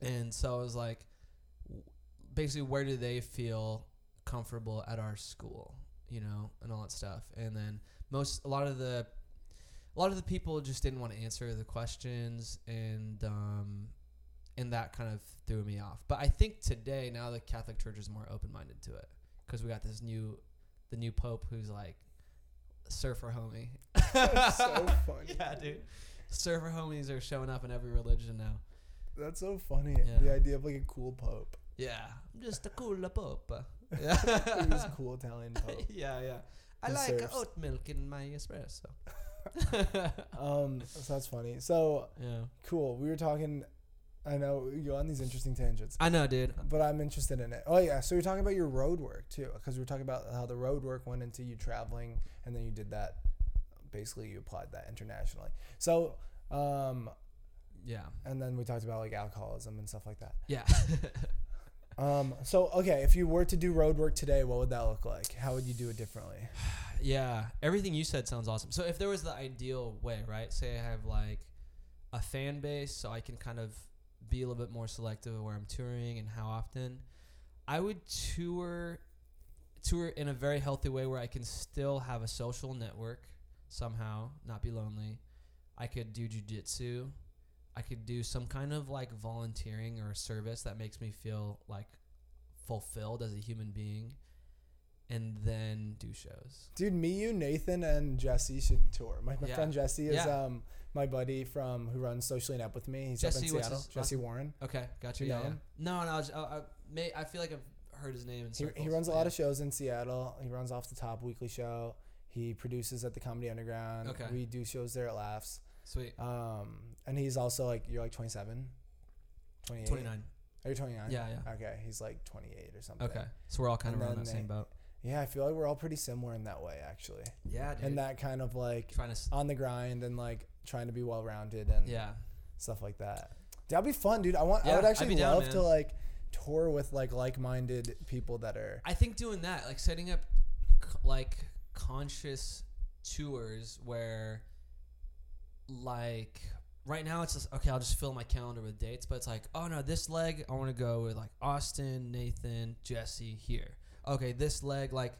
Speaker 2: and so I was like, w- basically, where do they feel comfortable at our school, you know, and all that stuff, and then most a lot of the a lot of the people just didn't want to answer the questions and um and that kind of threw me off but i think today now the catholic church is more open-minded to it because we got this new the new pope who's like surfer homie
Speaker 1: That's so funny.
Speaker 2: yeah dude surfer homies are showing up in every religion now
Speaker 1: That's so funny.
Speaker 2: Yeah.
Speaker 1: The idea of like a cool pope.
Speaker 2: yeah i'm just a cool pope
Speaker 1: Like this
Speaker 2: yeah
Speaker 1: cool Italian pope.
Speaker 2: yeah yeah i
Speaker 1: He
Speaker 2: like
Speaker 1: surfs.
Speaker 2: oat milk in my espresso
Speaker 1: Um, so that's funny. So
Speaker 2: yeah
Speaker 1: cool. We were talking I know you go on these interesting tangents,
Speaker 2: I know, dude.
Speaker 1: but I'm interested in it. Oh yeah, so you're talking about your road work too, because we were talking about how the road work went into you traveling, and then you did that. Basically, you applied that internationally. So, um,
Speaker 2: Yeah.
Speaker 1: and then we talked about like alcoholism and stuff like that.
Speaker 2: Yeah.
Speaker 1: Um, so okay, if you were to do road work today, what would that look like? How would you do it differently?
Speaker 2: yeah. Everything you said sounds awesome. So if there was the ideal way, right? Say I have like a fan base, so I can kind of be a little bit more selective of where I'm touring and how often. I would tour tour in a very healthy way where I can still have a social network somehow, not be lonely. I could do jujitsu. I could do some kind of like volunteering or service that makes me feel like fulfilled as a human being and then do shows.
Speaker 1: Dude, me, you, Nathan, and Jesse should tour. My, my
Speaker 2: Yeah.
Speaker 1: friend Jesse is
Speaker 2: Yeah.
Speaker 1: um my buddy from who runs Socially Net with me. He's
Speaker 2: Jesse,
Speaker 1: up in
Speaker 2: what's
Speaker 1: Seattle.
Speaker 2: his last-
Speaker 1: Jesse Warren.
Speaker 2: Okay, gotcha.
Speaker 1: You
Speaker 2: Yeah,
Speaker 1: know
Speaker 2: yeah.
Speaker 1: him?
Speaker 2: No, no, I, was, I, I, may, I feel like I've heard his name in
Speaker 1: He,
Speaker 2: circles.
Speaker 1: he runs a
Speaker 2: but
Speaker 1: lot
Speaker 2: yeah.
Speaker 1: of shows in Seattle. He runs off the top weekly show. He produces at the Comedy Underground.
Speaker 2: Okay.
Speaker 1: We do shows there at Laughs.
Speaker 2: Sweet.
Speaker 1: Um, and he's also like you're like 27, 28.
Speaker 2: 29.
Speaker 1: Are you 29?
Speaker 2: Yeah, yeah.
Speaker 1: Okay, he's like 28 or something.
Speaker 2: Okay. So we're all kind of
Speaker 1: And
Speaker 2: around
Speaker 1: then
Speaker 2: that same
Speaker 1: they-
Speaker 2: boat.
Speaker 1: Yeah, I feel like we're all pretty similar in that way actually.
Speaker 2: Yeah, dude.
Speaker 1: And that kind of like
Speaker 2: trying to s-
Speaker 1: on the grind and like trying to be well rounded and
Speaker 2: yeah.
Speaker 1: stuff like that. That'd be fun, dude. I want. I
Speaker 2: Yeah,
Speaker 1: would
Speaker 2: I'd
Speaker 1: actually
Speaker 2: be down,
Speaker 1: love to
Speaker 2: man.
Speaker 1: like tour with like like-minded people that are.
Speaker 2: I think doing that, like setting up c- like conscious tours where like right now it's just okay, I'll just fill my calendar with dates, but it's like, oh no, this leg I want to go with like Austin, Nathan, Jesse here. Okay, this leg like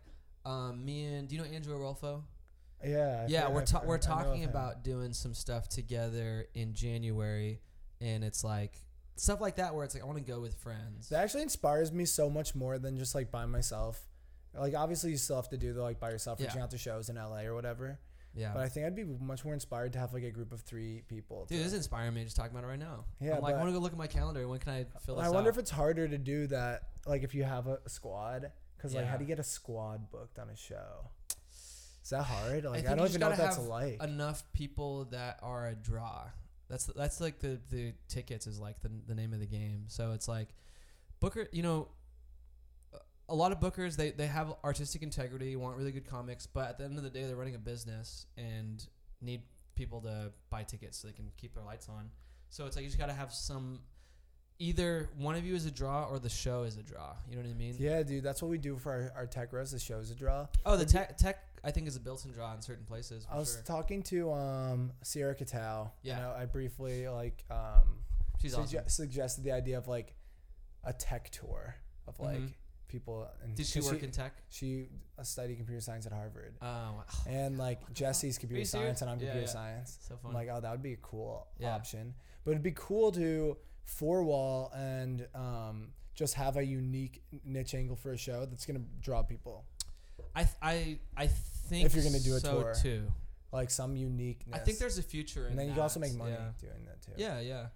Speaker 2: um, me and do you know Angelo Rolfo?
Speaker 1: Yeah. I
Speaker 2: yeah,
Speaker 1: feel-
Speaker 2: we're
Speaker 1: I-
Speaker 2: ta-
Speaker 1: I- I
Speaker 2: we're
Speaker 1: know of
Speaker 2: talking
Speaker 1: him.
Speaker 2: about doing some stuff together in January, and it's like stuff like that where it's like I want to go with friends.
Speaker 1: That actually inspires me so much more than just like by myself. Like obviously you still have to do the like by yourself
Speaker 2: Yeah.
Speaker 1: reaching out to shows in LA or whatever.
Speaker 2: yeah,
Speaker 1: But I think I'd be much more inspired to have like a group of three people. to-
Speaker 2: Dude, this is inspiring me just talking about it right now.
Speaker 1: Yeah,
Speaker 2: I'm like,
Speaker 1: but-
Speaker 2: I want to go look at my calendar. When can I fill this
Speaker 1: I wonder
Speaker 2: out?
Speaker 1: if it's harder to do that. Like if you have a squad, because like how
Speaker 2: Yeah.
Speaker 1: do you get a squad booked on a show? Is that hard? Like
Speaker 2: think
Speaker 1: I,
Speaker 2: you
Speaker 1: don't
Speaker 2: just
Speaker 1: even know what
Speaker 2: gotta
Speaker 1: that's
Speaker 2: have
Speaker 1: like.
Speaker 2: enough people that are a draw. That's that's like the the tickets is like the the name of the game. So it's like Booker, you know, a lot of bookers they they have artistic integrity, want really good comics, but at the end of the day they're running a business and need people to buy tickets so they can keep their lights on. So it's like you just got to have some either one of you is a draw or the show is a draw. You know what I mean?
Speaker 1: Yeah, dude, that's what we do for our, our tech roast. The show's a draw.
Speaker 2: Oh, the tech, tech I think is a built-in draw in certain places. For
Speaker 1: I was
Speaker 2: sure.
Speaker 1: talking to um Sierra Catal.
Speaker 2: Yeah.
Speaker 1: I, I briefly like um
Speaker 2: She's
Speaker 1: sugge-
Speaker 2: awesome.
Speaker 1: suggested the idea of like a tech tour of like
Speaker 2: Mhm.
Speaker 1: people. And
Speaker 2: Did she
Speaker 1: 'cause
Speaker 2: work in tech?
Speaker 1: She uh, studied computer science at Harvard,
Speaker 2: Oh, wow.
Speaker 1: and like Jesse's computer
Speaker 2: you
Speaker 1: science,
Speaker 2: serious?
Speaker 1: and I'm
Speaker 2: Yeah,
Speaker 1: computer
Speaker 2: yeah.
Speaker 1: science.
Speaker 2: so
Speaker 1: I'm
Speaker 2: fun.
Speaker 1: like, oh, that would be a cool
Speaker 2: Yeah.
Speaker 1: option. But it'd be cool to four wall and um just have a unique niche angle for a show that's gonna draw people.
Speaker 2: I, th- I, I think
Speaker 1: If you're gonna do a
Speaker 2: so
Speaker 1: tour.
Speaker 2: too.
Speaker 1: Like some uniqueness.
Speaker 2: I think there's a future in
Speaker 1: and then
Speaker 2: that.
Speaker 1: you can also make money
Speaker 2: Yeah.
Speaker 1: doing that too.
Speaker 2: yeah, yeah.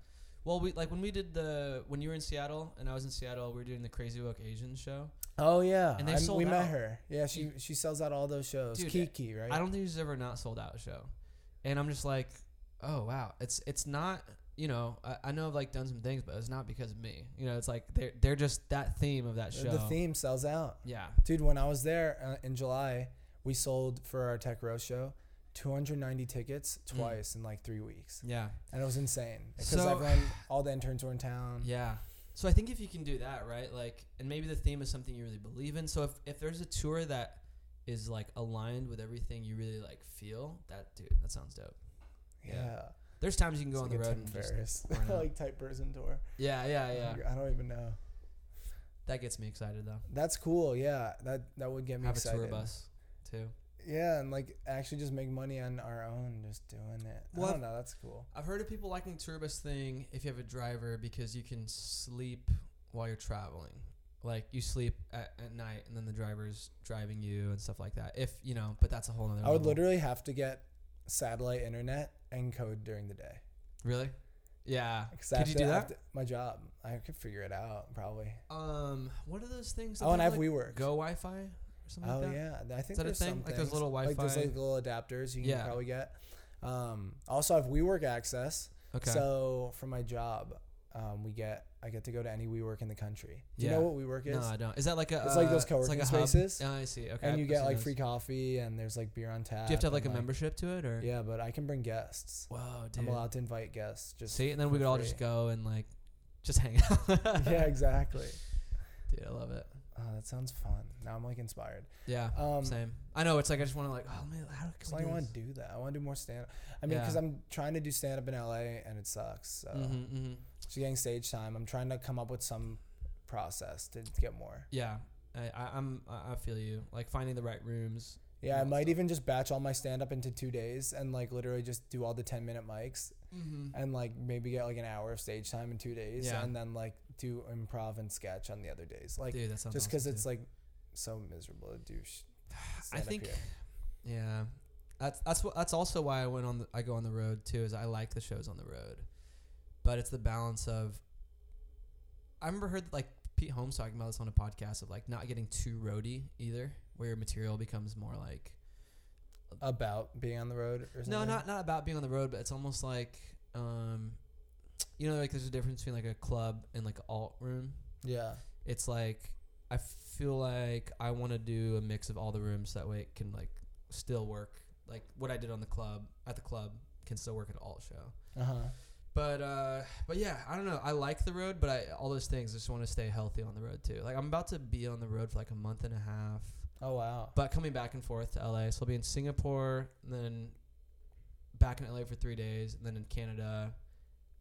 Speaker 2: Well, we like when we did the when you were in Seattle and I was in Seattle, we were doing the Crazy Woke Asian show.
Speaker 1: Oh yeah,
Speaker 2: And they
Speaker 1: I'm-
Speaker 2: sold
Speaker 1: we met
Speaker 2: out.
Speaker 1: her. Yeah, she she sells out all those shows.
Speaker 2: Dude,
Speaker 1: Kiki, right?
Speaker 2: I don't think she's ever not sold out a show, and I'm just like, oh wow, it's it's not. You know, I, I know I've like done some things, but it's not because of me. You know, it's like they're they're just that theme of that
Speaker 1: The-
Speaker 2: show.
Speaker 1: The theme sells out,
Speaker 2: Yeah.
Speaker 1: dude. When I was there uh, in July, we sold for our Tech Row show. 290 tickets
Speaker 2: Mm.
Speaker 1: twice in like three weeks,
Speaker 2: Yeah.
Speaker 1: and it was insane because
Speaker 2: So-
Speaker 1: everyone, all the interns were in town.
Speaker 2: Yeah. So I think if you can do that, right? Like, and maybe the theme is something you really believe in. So if, if there's a tour that is like aligned with everything you really like feel, that dude, that sounds dope.
Speaker 1: yeah.
Speaker 2: There's times you can go
Speaker 1: It's
Speaker 2: on
Speaker 1: like
Speaker 2: the
Speaker 1: a Tim
Speaker 2: road and just,
Speaker 1: Ferriss,
Speaker 2: why not?
Speaker 1: like oh type person tour.
Speaker 2: yeah, yeah, yeah.
Speaker 1: I don't even know.
Speaker 2: That gets me excited though.
Speaker 1: That's cool. Yeah, that that would get me
Speaker 2: Have
Speaker 1: excited.
Speaker 2: a tour bus too.
Speaker 1: Yeah, and like actually just make money on our own, just doing it.
Speaker 2: Well,
Speaker 1: I don't know. That's cool.
Speaker 2: I've heard of people liking the tour bus thing if you have a driver because you can sleep while you're traveling. Like you sleep at, at night and then the driver's driving you and stuff like that. If you know, but that's a whole other.
Speaker 1: I would
Speaker 2: level.
Speaker 1: literally have to get satellite internet and code during the day.
Speaker 2: really. Yeah.
Speaker 1: 'Cause I
Speaker 2: Could
Speaker 1: have
Speaker 2: you
Speaker 1: to-
Speaker 2: do
Speaker 1: I
Speaker 2: that?
Speaker 1: have to- my job. I could figure it out probably.
Speaker 2: Um, what are those things? that
Speaker 1: oh, and I
Speaker 2: they
Speaker 1: have
Speaker 2: have, like,
Speaker 1: WeWork.
Speaker 2: Go Wi-Fi or something
Speaker 1: oh
Speaker 2: like that.
Speaker 1: yeah, I think
Speaker 2: Is that a
Speaker 1: there's
Speaker 2: thing?
Speaker 1: some
Speaker 2: Like those
Speaker 1: things-
Speaker 2: little
Speaker 1: like those
Speaker 2: Wi-Fi-
Speaker 1: like little adapters you can
Speaker 2: Yeah.
Speaker 1: probably get. Um, also, I have WeWork access.
Speaker 2: Okay.
Speaker 1: So for my job, um, we get I get to go to any WeWork in the country. Do you know
Speaker 2: Yeah.
Speaker 1: what WeWork is?
Speaker 2: No, I don't. Is that like a?
Speaker 1: It's like those
Speaker 2: uh, it's like
Speaker 1: coworking
Speaker 2: a hub?
Speaker 1: spaces,
Speaker 2: Yeah, I see. Okay.
Speaker 1: and
Speaker 2: I've-
Speaker 1: you
Speaker 2: I've
Speaker 1: get
Speaker 2: seen
Speaker 1: like
Speaker 2: those.
Speaker 1: free coffee and there's like beer on tap.
Speaker 2: Do you have to have like a
Speaker 1: and,
Speaker 2: membership to it or?
Speaker 1: Yeah, but I can bring guests.
Speaker 2: Wow, dude.
Speaker 1: I'm allowed to invite guests. Just
Speaker 2: see, and then we
Speaker 1: for
Speaker 2: could all
Speaker 1: free.
Speaker 2: just go and like just hang out.
Speaker 1: yeah, exactly.
Speaker 2: Dude, I love it.
Speaker 1: Oh, that sounds fun. Now I'm like inspired.
Speaker 2: Yeah.
Speaker 1: Um,
Speaker 2: same. I know. It's like I just want to like. Oh man, how can
Speaker 1: Cause
Speaker 2: we
Speaker 1: I
Speaker 2: do
Speaker 1: want
Speaker 2: this?
Speaker 1: to do that. I want to do more stand. I mean,
Speaker 2: Yeah.
Speaker 1: because I'm trying to do stand up in LA and it sucks. So
Speaker 2: Mhm, mhm.
Speaker 1: just getting stage time. I'm trying to come up with some process to get more.
Speaker 2: Yeah. I, I, I'm. I I feel you. Like finding the right rooms.
Speaker 1: Yeah, I
Speaker 2: Lots
Speaker 1: might
Speaker 2: of-
Speaker 1: even just batch all my stand up into two days and like literally just do all the 10 minute mics
Speaker 2: Mm-hmm.
Speaker 1: and like maybe get like an hour of stage time in two days
Speaker 2: Yeah.
Speaker 1: and then like do improv and sketch on the other days. Like
Speaker 2: Dude, that sounds
Speaker 1: just because
Speaker 2: awesome,
Speaker 1: it's
Speaker 2: dude.
Speaker 1: like so miserable to do. Sh-
Speaker 2: I
Speaker 1: stand-up
Speaker 2: think.
Speaker 1: here.
Speaker 2: Yeah. That's that's what that's also why I went on the, I go on the road too is I like the shows on the road, but it's the balance of. I remember heard like Pete Holmes talking about this on a podcast of like not getting too roady either, where your material becomes more like
Speaker 1: about being on the road or something.
Speaker 2: no, not not about being on the road, but it's almost like um, you know, like there's a difference between like a club and like an alt room.
Speaker 1: Yeah.
Speaker 2: It's like I feel like I want to do a mix of all the rooms that way it can like still work. Like what I did on the club at the club can still work at an alt show.
Speaker 1: Uh huh.
Speaker 2: But uh, but yeah, I don't know. I like the road, but I all those things. I just want to stay healthy on the road too. Like I'm about to be on the road for like a month and a half,
Speaker 1: Oh wow.
Speaker 2: but coming back and forth to LA. So I'll be in Singapore, and then back in LA for three days, and then in Canada,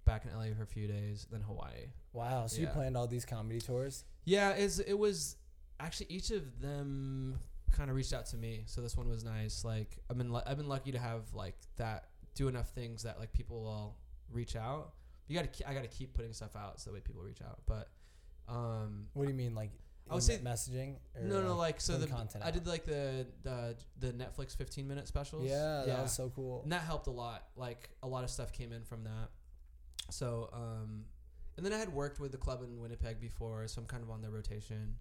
Speaker 2: back in LA for a few days, then Hawaii.
Speaker 1: Wow. So you
Speaker 2: Yeah.
Speaker 1: planned all these comedy tours?
Speaker 2: Yeah, it's, it was actually each of them kind of reached out to me. So this one was nice. Like I've been lu- I've been lucky to have like that do enough things that like people will reach out. You got to I got to keep putting stuff out so that way people reach out. But um
Speaker 1: What do you mean, like?
Speaker 2: I would
Speaker 1: email-
Speaker 2: say-
Speaker 1: messaging. uh,
Speaker 2: no no like so
Speaker 1: putting
Speaker 2: the
Speaker 1: content
Speaker 2: I did like the the the Netflix 15 minute specials.
Speaker 1: yeah, that was so cool.
Speaker 2: and that helped a lot. Like a lot of stuff came in from that. So, um, and then I had worked with the club in Winnipeg before, so I'm kind of on their rotation.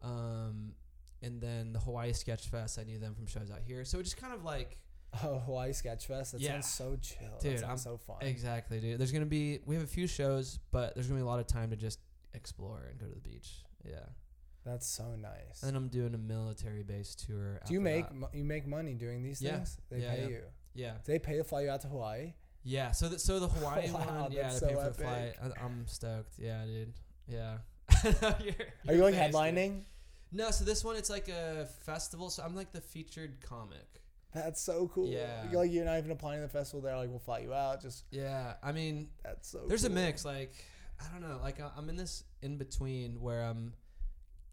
Speaker 2: Um, and then the Hawaii Sketch Fest, I knew them from shows out here. So it just kind of like
Speaker 1: Oh, Hawaii Sketch Fest. That
Speaker 2: Yeah.
Speaker 1: sounds so chill.
Speaker 2: Dude,
Speaker 1: that sounds so
Speaker 2: I'm-
Speaker 1: fun.
Speaker 2: exactly, dude. There's gonna be we have a few shows, but there's gonna be a lot of time to just explore and go to the beach. Yeah,
Speaker 1: That's so nice.
Speaker 2: and then I'm doing a military base tour.
Speaker 1: Do you
Speaker 2: after
Speaker 1: make
Speaker 2: that.
Speaker 1: mo- you make money doing these
Speaker 2: Yeah.
Speaker 1: things? They
Speaker 2: Yeah,
Speaker 1: pay
Speaker 2: yeah.
Speaker 1: you.
Speaker 2: Yeah,
Speaker 1: Do they pay to fly you out to Hawaii?
Speaker 2: yeah. So the, so the Hawaii
Speaker 1: Wow,
Speaker 2: one, yeah,
Speaker 1: that's
Speaker 2: they pay
Speaker 1: so
Speaker 2: for the flight.
Speaker 1: epic.
Speaker 2: I, I'm stoked. Yeah, dude. Yeah. You're-
Speaker 1: Are you
Speaker 2: you're
Speaker 1: like
Speaker 2: amazed, dude.
Speaker 1: headlining?
Speaker 2: No, so this one it's like a festival, so I'm like the featured comic.
Speaker 1: That's so cool.
Speaker 2: Yeah.
Speaker 1: You're like you're not even applying to the festival. They're like, we'll fly you out. Just
Speaker 2: Yeah, I mean,
Speaker 1: that's so.
Speaker 2: there's a
Speaker 1: cool.
Speaker 2: mix. Like, I don't know. Like, I- I'm in this in between where I'm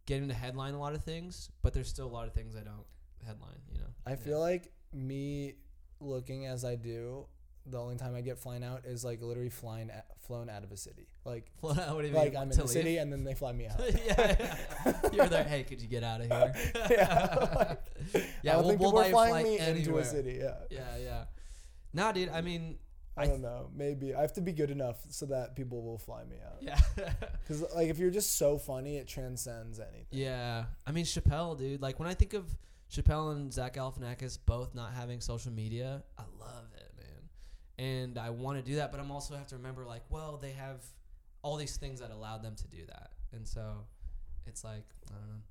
Speaker 2: getting to headline a lot of things, but there's still a lot of things I don't headline. You know.
Speaker 1: I feel like me looking as I do. The only time I get flown out is like literally flying at, flown out of a city. Like
Speaker 2: Well, what do you
Speaker 1: like
Speaker 2: mean?
Speaker 1: I'm in
Speaker 2: to
Speaker 1: the
Speaker 2: leave?
Speaker 1: city and then they fly me out.
Speaker 2: yeah, yeah. you're there. Hey, could you get out of here?
Speaker 1: Yeah, I
Speaker 2: yeah,
Speaker 1: don't
Speaker 2: we'll,
Speaker 1: think people
Speaker 2: we'll buy
Speaker 1: are
Speaker 2: a
Speaker 1: flying
Speaker 2: flight
Speaker 1: me into
Speaker 2: anywhere.
Speaker 1: a city. Yeah.
Speaker 2: Yeah, yeah. Nah, dude. I mean,
Speaker 1: I,
Speaker 2: I
Speaker 1: don't know. Maybe I have to be good enough so that people will fly me out.
Speaker 2: yeah.
Speaker 1: Because like if you're just so funny, it transcends anything.
Speaker 2: Yeah, I mean Chappelle, dude. Like when I think of Chappelle and Zach Galifianakis both not having social media, I love it, man. And I want to do that, but I'm also have to remember, like, well, they have all these things that allowed them to do that, and so it's like I don't know.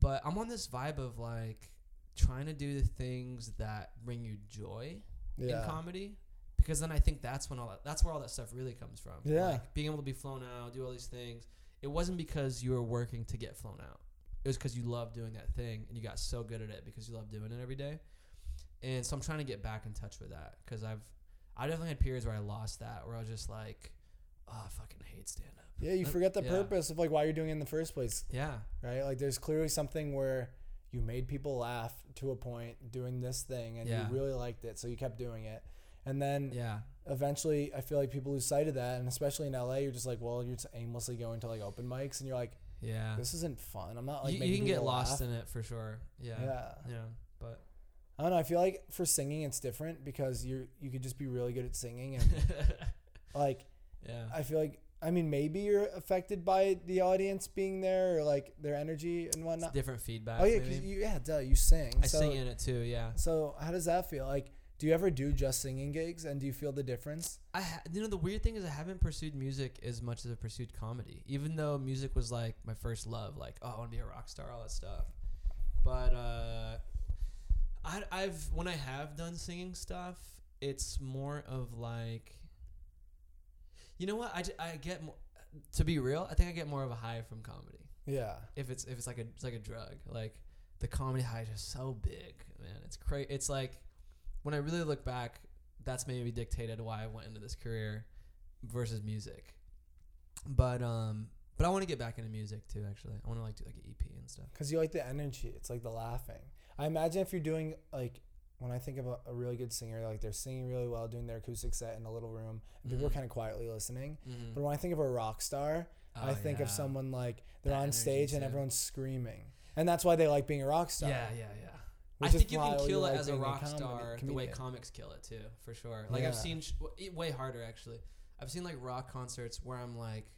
Speaker 2: But I'm on this vibe of like trying to do the things that bring you joy
Speaker 1: Yeah.
Speaker 2: in comedy because then I think that's when all that, that's where all that stuff really comes from.
Speaker 1: Yeah.
Speaker 2: Like being able to be flown out, do all these things. It wasn't because you were working to get flown out. It was because you loved doing that thing and you got so good at it because you love doing it every day. And so I'm trying to get back in touch with that because I've I definitely had periods where I lost that where I was just like, oh, I fucking hate stand up.
Speaker 1: yeah. You
Speaker 2: Uh,
Speaker 1: forget the
Speaker 2: yeah.
Speaker 1: purpose of like why you're doing it in the first place,
Speaker 2: Yeah.
Speaker 1: right? Like there's clearly something where you made people laugh to a point doing this thing, and
Speaker 2: Yeah.
Speaker 1: you really liked it, so you kept doing it. And then
Speaker 2: Yeah.
Speaker 1: eventually, I feel like people lose sight of that, and especially in LA, you're just like, well, you're just aimlessly going to like open mics, and you're like,
Speaker 2: Yeah.
Speaker 1: this isn't fun. I'm not like
Speaker 2: you, you
Speaker 1: making
Speaker 2: can get
Speaker 1: people laugh.
Speaker 2: lost in it for sure. Yeah.
Speaker 1: yeah.
Speaker 2: Yeah. But
Speaker 1: I don't know. I feel like for singing, it's different because you you could just be really good at singing, and like
Speaker 2: yeah.
Speaker 1: I feel like I mean maybe you're affected by the audience being there or like their energy and
Speaker 2: It's
Speaker 1: whatnot.
Speaker 2: different feedback.
Speaker 1: Oh yeah, 'cause
Speaker 2: maybe.
Speaker 1: you, yeah, duh, you sing.
Speaker 2: I
Speaker 1: so,
Speaker 2: sing in it too. Yeah.
Speaker 1: So how does that feel? Like Do you ever do just singing gigs, and do you feel the difference?
Speaker 2: I ha- you know the weird thing is I haven't pursued music as much as I pursued comedy. Even though music was like my first love, like oh I want to be a rock star, all that stuff. But uh, I, I've when I have done singing stuff, it's more of like, you know what I, j- I get more, to be real. I think I get more of a high from comedy
Speaker 1: Yeah.
Speaker 2: if it's if it's like a it's like a drug. Like the comedy high is just so big, man. It's crazy. It's like when I really look back, that's maybe dictated why I went into this career versus music. But um, but I want to get back into music too. Actually, I want to like do like an EP and stuff.
Speaker 1: Because you like the energy. It's like the laughing. I imagine if you're doing, like, when I think of a, a really good singer, like they're singing really well, doing their acoustic set in a little room, and people are
Speaker 2: Mhm.
Speaker 1: kind of quietly listening.
Speaker 2: Mhm.
Speaker 1: But when I think of a rock star, I
Speaker 2: Oh,
Speaker 1: think of
Speaker 2: yeah.
Speaker 1: someone like they're
Speaker 2: That
Speaker 1: on
Speaker 2: energy
Speaker 1: stage and
Speaker 2: too.
Speaker 1: everyone's screaming. And that's why they like being a rock star.
Speaker 2: Yeah, yeah, yeah.
Speaker 1: Which
Speaker 2: I
Speaker 1: is
Speaker 2: think you
Speaker 1: why
Speaker 2: can
Speaker 1: we
Speaker 2: kill it
Speaker 1: like
Speaker 2: as a
Speaker 1: being a
Speaker 2: rock
Speaker 1: comedy-
Speaker 2: star the way
Speaker 1: comedian.
Speaker 2: comics kill it too, for sure. Like I've
Speaker 1: Yeah.
Speaker 2: seen sh- w- e- way harder actually. I've seen like rock concerts where I'm like,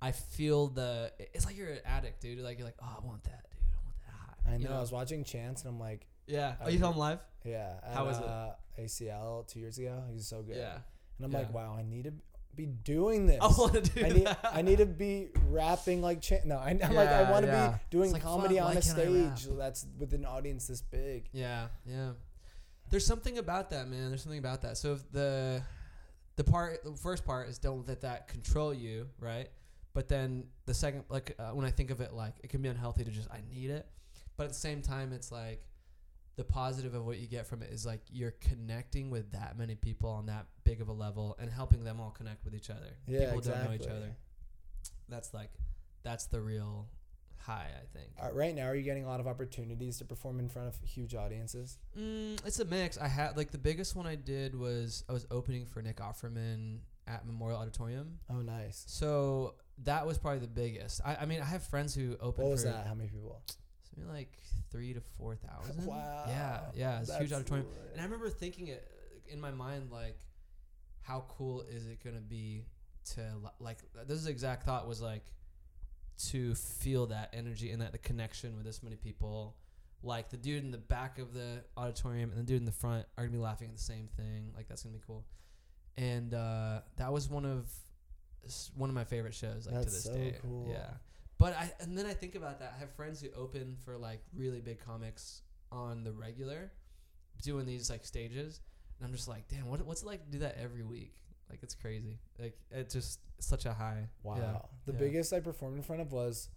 Speaker 2: I feel the. It's like you're an addict, dude. Like you're like, oh, I want that, dude. I want that high.
Speaker 1: I know.
Speaker 2: You
Speaker 1: I was watching Chance and I'm like,
Speaker 2: yeah.
Speaker 1: I
Speaker 2: Oh, you
Speaker 1: would-
Speaker 2: saw him live?
Speaker 1: yeah. uh,
Speaker 2: How was it?
Speaker 1: it? ACL two years ago. He was so good.
Speaker 2: Yeah.
Speaker 1: And I'm like,
Speaker 2: Yeah.
Speaker 1: wow, I need to be doing this.
Speaker 2: I want to do
Speaker 1: I need,
Speaker 2: that.
Speaker 1: I need to be rapping like Chan. No, I, I'm like I
Speaker 2: Yeah,
Speaker 1: want to
Speaker 2: yeah.
Speaker 1: be doing
Speaker 2: It's like,
Speaker 1: comedy
Speaker 2: fuck,
Speaker 1: on
Speaker 2: why
Speaker 1: a
Speaker 2: can't I rap?
Speaker 1: stage that's with an audience this big.
Speaker 2: Yeah, yeah. There's something about that, man. There's something about that. So if the the part, the first part is don't let that control you, right? But then the second, like uh, when I think of it, like it can be unhealthy to just I need it, but at the same time, it's like the positive of what you get from it is like you're connecting with that many people on that big of a level and helping them all connect with each other.
Speaker 1: Yeah,
Speaker 2: people
Speaker 1: exactly.
Speaker 2: don't know each other. That's like that's the real high, I think.
Speaker 1: Uh, right now, are you getting a lot of opportunities to perform in front of huge audiences?
Speaker 2: Mm, it's a mix. I had like the biggest one I did was I was opening for Nick Offerman at Memorial Auditorium.
Speaker 1: Oh, nice.
Speaker 2: So that was probably the biggest. I, I mean, I have friends who open.
Speaker 1: What was
Speaker 2: for
Speaker 1: that? How many people?
Speaker 2: something like three to four thousand.
Speaker 1: Wow.
Speaker 2: Yeah, yeah, it's a huge
Speaker 1: That's
Speaker 2: auditorium.
Speaker 1: lit.
Speaker 2: And I remember thinking it uh, in my mind, like, how cool is it gonna be to li- like? This is the exact thought was like to feel that energy and that the connection with this many people. Like the dude in the back of the auditorium and the dude in the front are gonna be laughing at the same thing. Like that's gonna be cool. And uh, that was one of s- one of my favorite shows. Like to
Speaker 1: That's
Speaker 2: this
Speaker 1: so
Speaker 2: day,
Speaker 1: cool.
Speaker 2: yeah. But I and then I think about that. I have friends who open for like really big comics on the regular, doing these like stages, and I'm just like, damn, what, what's it like to do that every week? Like it's crazy. Like it's just such a high.
Speaker 1: Wow.
Speaker 2: Yeah.
Speaker 1: The
Speaker 2: yeah.
Speaker 1: biggest I performed in front of was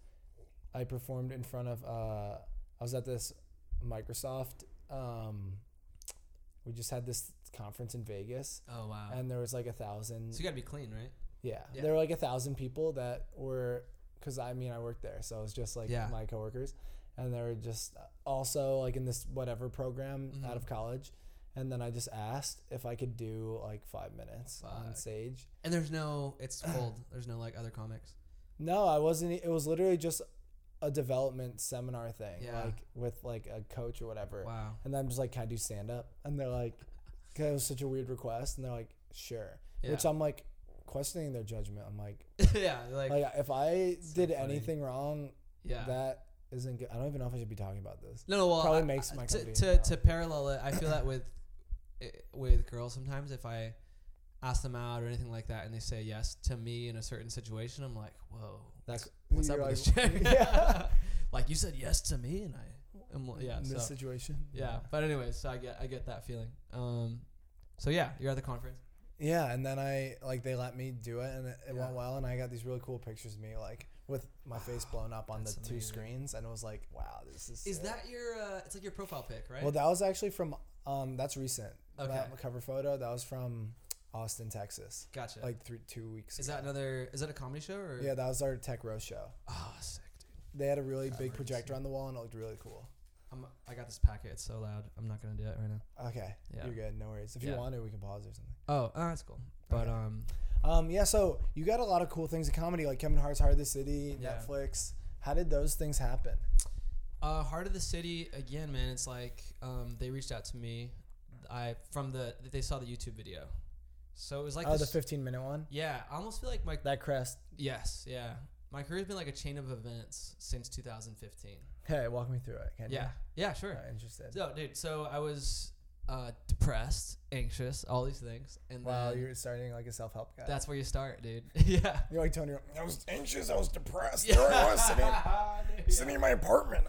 Speaker 1: I performed in front of uh I was at this Microsoft um we just had this conference in Vegas
Speaker 2: Oh wow.
Speaker 1: and there was like a thousand
Speaker 2: so you gotta be clean, right?
Speaker 1: yeah,
Speaker 2: yeah.
Speaker 1: there were like a thousand people that were because I mean I worked there so it was just like
Speaker 2: Yeah.
Speaker 1: my coworkers and they were just uh, also like in this whatever program
Speaker 2: Mhm.
Speaker 1: out of college and then I just asked if I could do like five minutes on
Speaker 2: Fuck.
Speaker 1: stage
Speaker 2: And there's no, it's cold. There's no like other comics.
Speaker 1: No, I wasn't. e, It was literally just a development seminar thing,
Speaker 2: Yeah.
Speaker 1: like with like a coach or whatever.
Speaker 2: Wow.
Speaker 1: And then I'm just like, "Can I do stand up?" And they're like, "Cause it was such a weird request." And they're like, "Sure,"
Speaker 2: Yeah.
Speaker 1: which I'm like questioning their judgment. I'm like,
Speaker 2: yeah. Like,
Speaker 1: like if I
Speaker 2: so
Speaker 1: did
Speaker 2: funny.
Speaker 1: anything wrong,
Speaker 2: yeah.
Speaker 1: that isn't good. I don't even know if I should be talking about this.
Speaker 2: No, no. Well,
Speaker 1: Probably
Speaker 2: I-
Speaker 1: makes
Speaker 2: I-
Speaker 1: my
Speaker 2: to
Speaker 1: company
Speaker 2: to,
Speaker 1: proud.
Speaker 2: to parallel it. I feel that with eh, with girls sometimes if I ask them out or anything like that and they say yes to me in a certain situation, I'm like, whoa,
Speaker 1: That's
Speaker 2: what's up
Speaker 1: you're
Speaker 2: with this
Speaker 1: like-
Speaker 2: chick?
Speaker 1: yeah,
Speaker 2: like you said yes to me and I, am yeah,
Speaker 1: in this
Speaker 2: so,
Speaker 1: situation.
Speaker 2: yeah. But anyways, so I get I get that feeling. Um, so yeah, you're at the conference.
Speaker 1: Yeah, and then I like they let me do it, and it, it
Speaker 2: Yeah.
Speaker 1: went well, and I got these really cool pictures of me like with my face blown up on the
Speaker 2: That's
Speaker 1: two
Speaker 2: amazing.
Speaker 1: screens, and it was like, wow, this is.
Speaker 2: Is
Speaker 1: sick.
Speaker 2: that your? Uh, it's like your profile pic, right?
Speaker 1: Well, that was actually from um that's recent.
Speaker 2: Okay.
Speaker 1: That cover photo that was from Austin, Texas,
Speaker 2: gotcha.
Speaker 1: like three two weeks.
Speaker 2: is that
Speaker 1: ago.
Speaker 2: another? Is that a comedy show or?
Speaker 1: Yeah, that was our Tech Row show.
Speaker 2: Oh, sick, dude.
Speaker 1: They had a really
Speaker 2: I've
Speaker 1: big
Speaker 2: already
Speaker 1: projector
Speaker 2: seen
Speaker 1: on the wall, and it looked really cool.
Speaker 2: I'm, I got this packet. It's so loud. I'm not gonna do it right now.
Speaker 1: Okay,
Speaker 2: Yeah.
Speaker 1: you're good. No worries. If you
Speaker 2: Yeah.
Speaker 1: want to, we can pause or something.
Speaker 2: Oh, uh, that's cool. But
Speaker 1: Okay.
Speaker 2: um,
Speaker 1: Um, yeah. So you got a lot of cool things in comedy, like Kevin Hart's Heart of the City,
Speaker 2: Yeah.
Speaker 1: Netflix. How did those things happen?
Speaker 2: uh, Heart of the City again, man. It's like um, they reached out to me. I from the they saw the YouTube video, so it was like
Speaker 1: oh, the
Speaker 2: this-
Speaker 1: 15 minute one.
Speaker 2: yeah. I almost feel like my
Speaker 1: That crest.
Speaker 2: yes, yeah. My career's been like a chain of events since 2015.
Speaker 1: Hey, walk me through it. Can
Speaker 2: yeah,
Speaker 1: You?
Speaker 2: yeah, sure.
Speaker 1: Uh, interested.
Speaker 2: So, dude, so I was uh, depressed, anxious, all these things, and
Speaker 1: Wow,
Speaker 2: then
Speaker 1: you're starting like a self help guy.
Speaker 2: mm. that's where you start, dude. yeah.
Speaker 1: you're like Tony. Romo.
Speaker 3: I was anxious. I was depressed. There I was sitting, sitting in my apartment.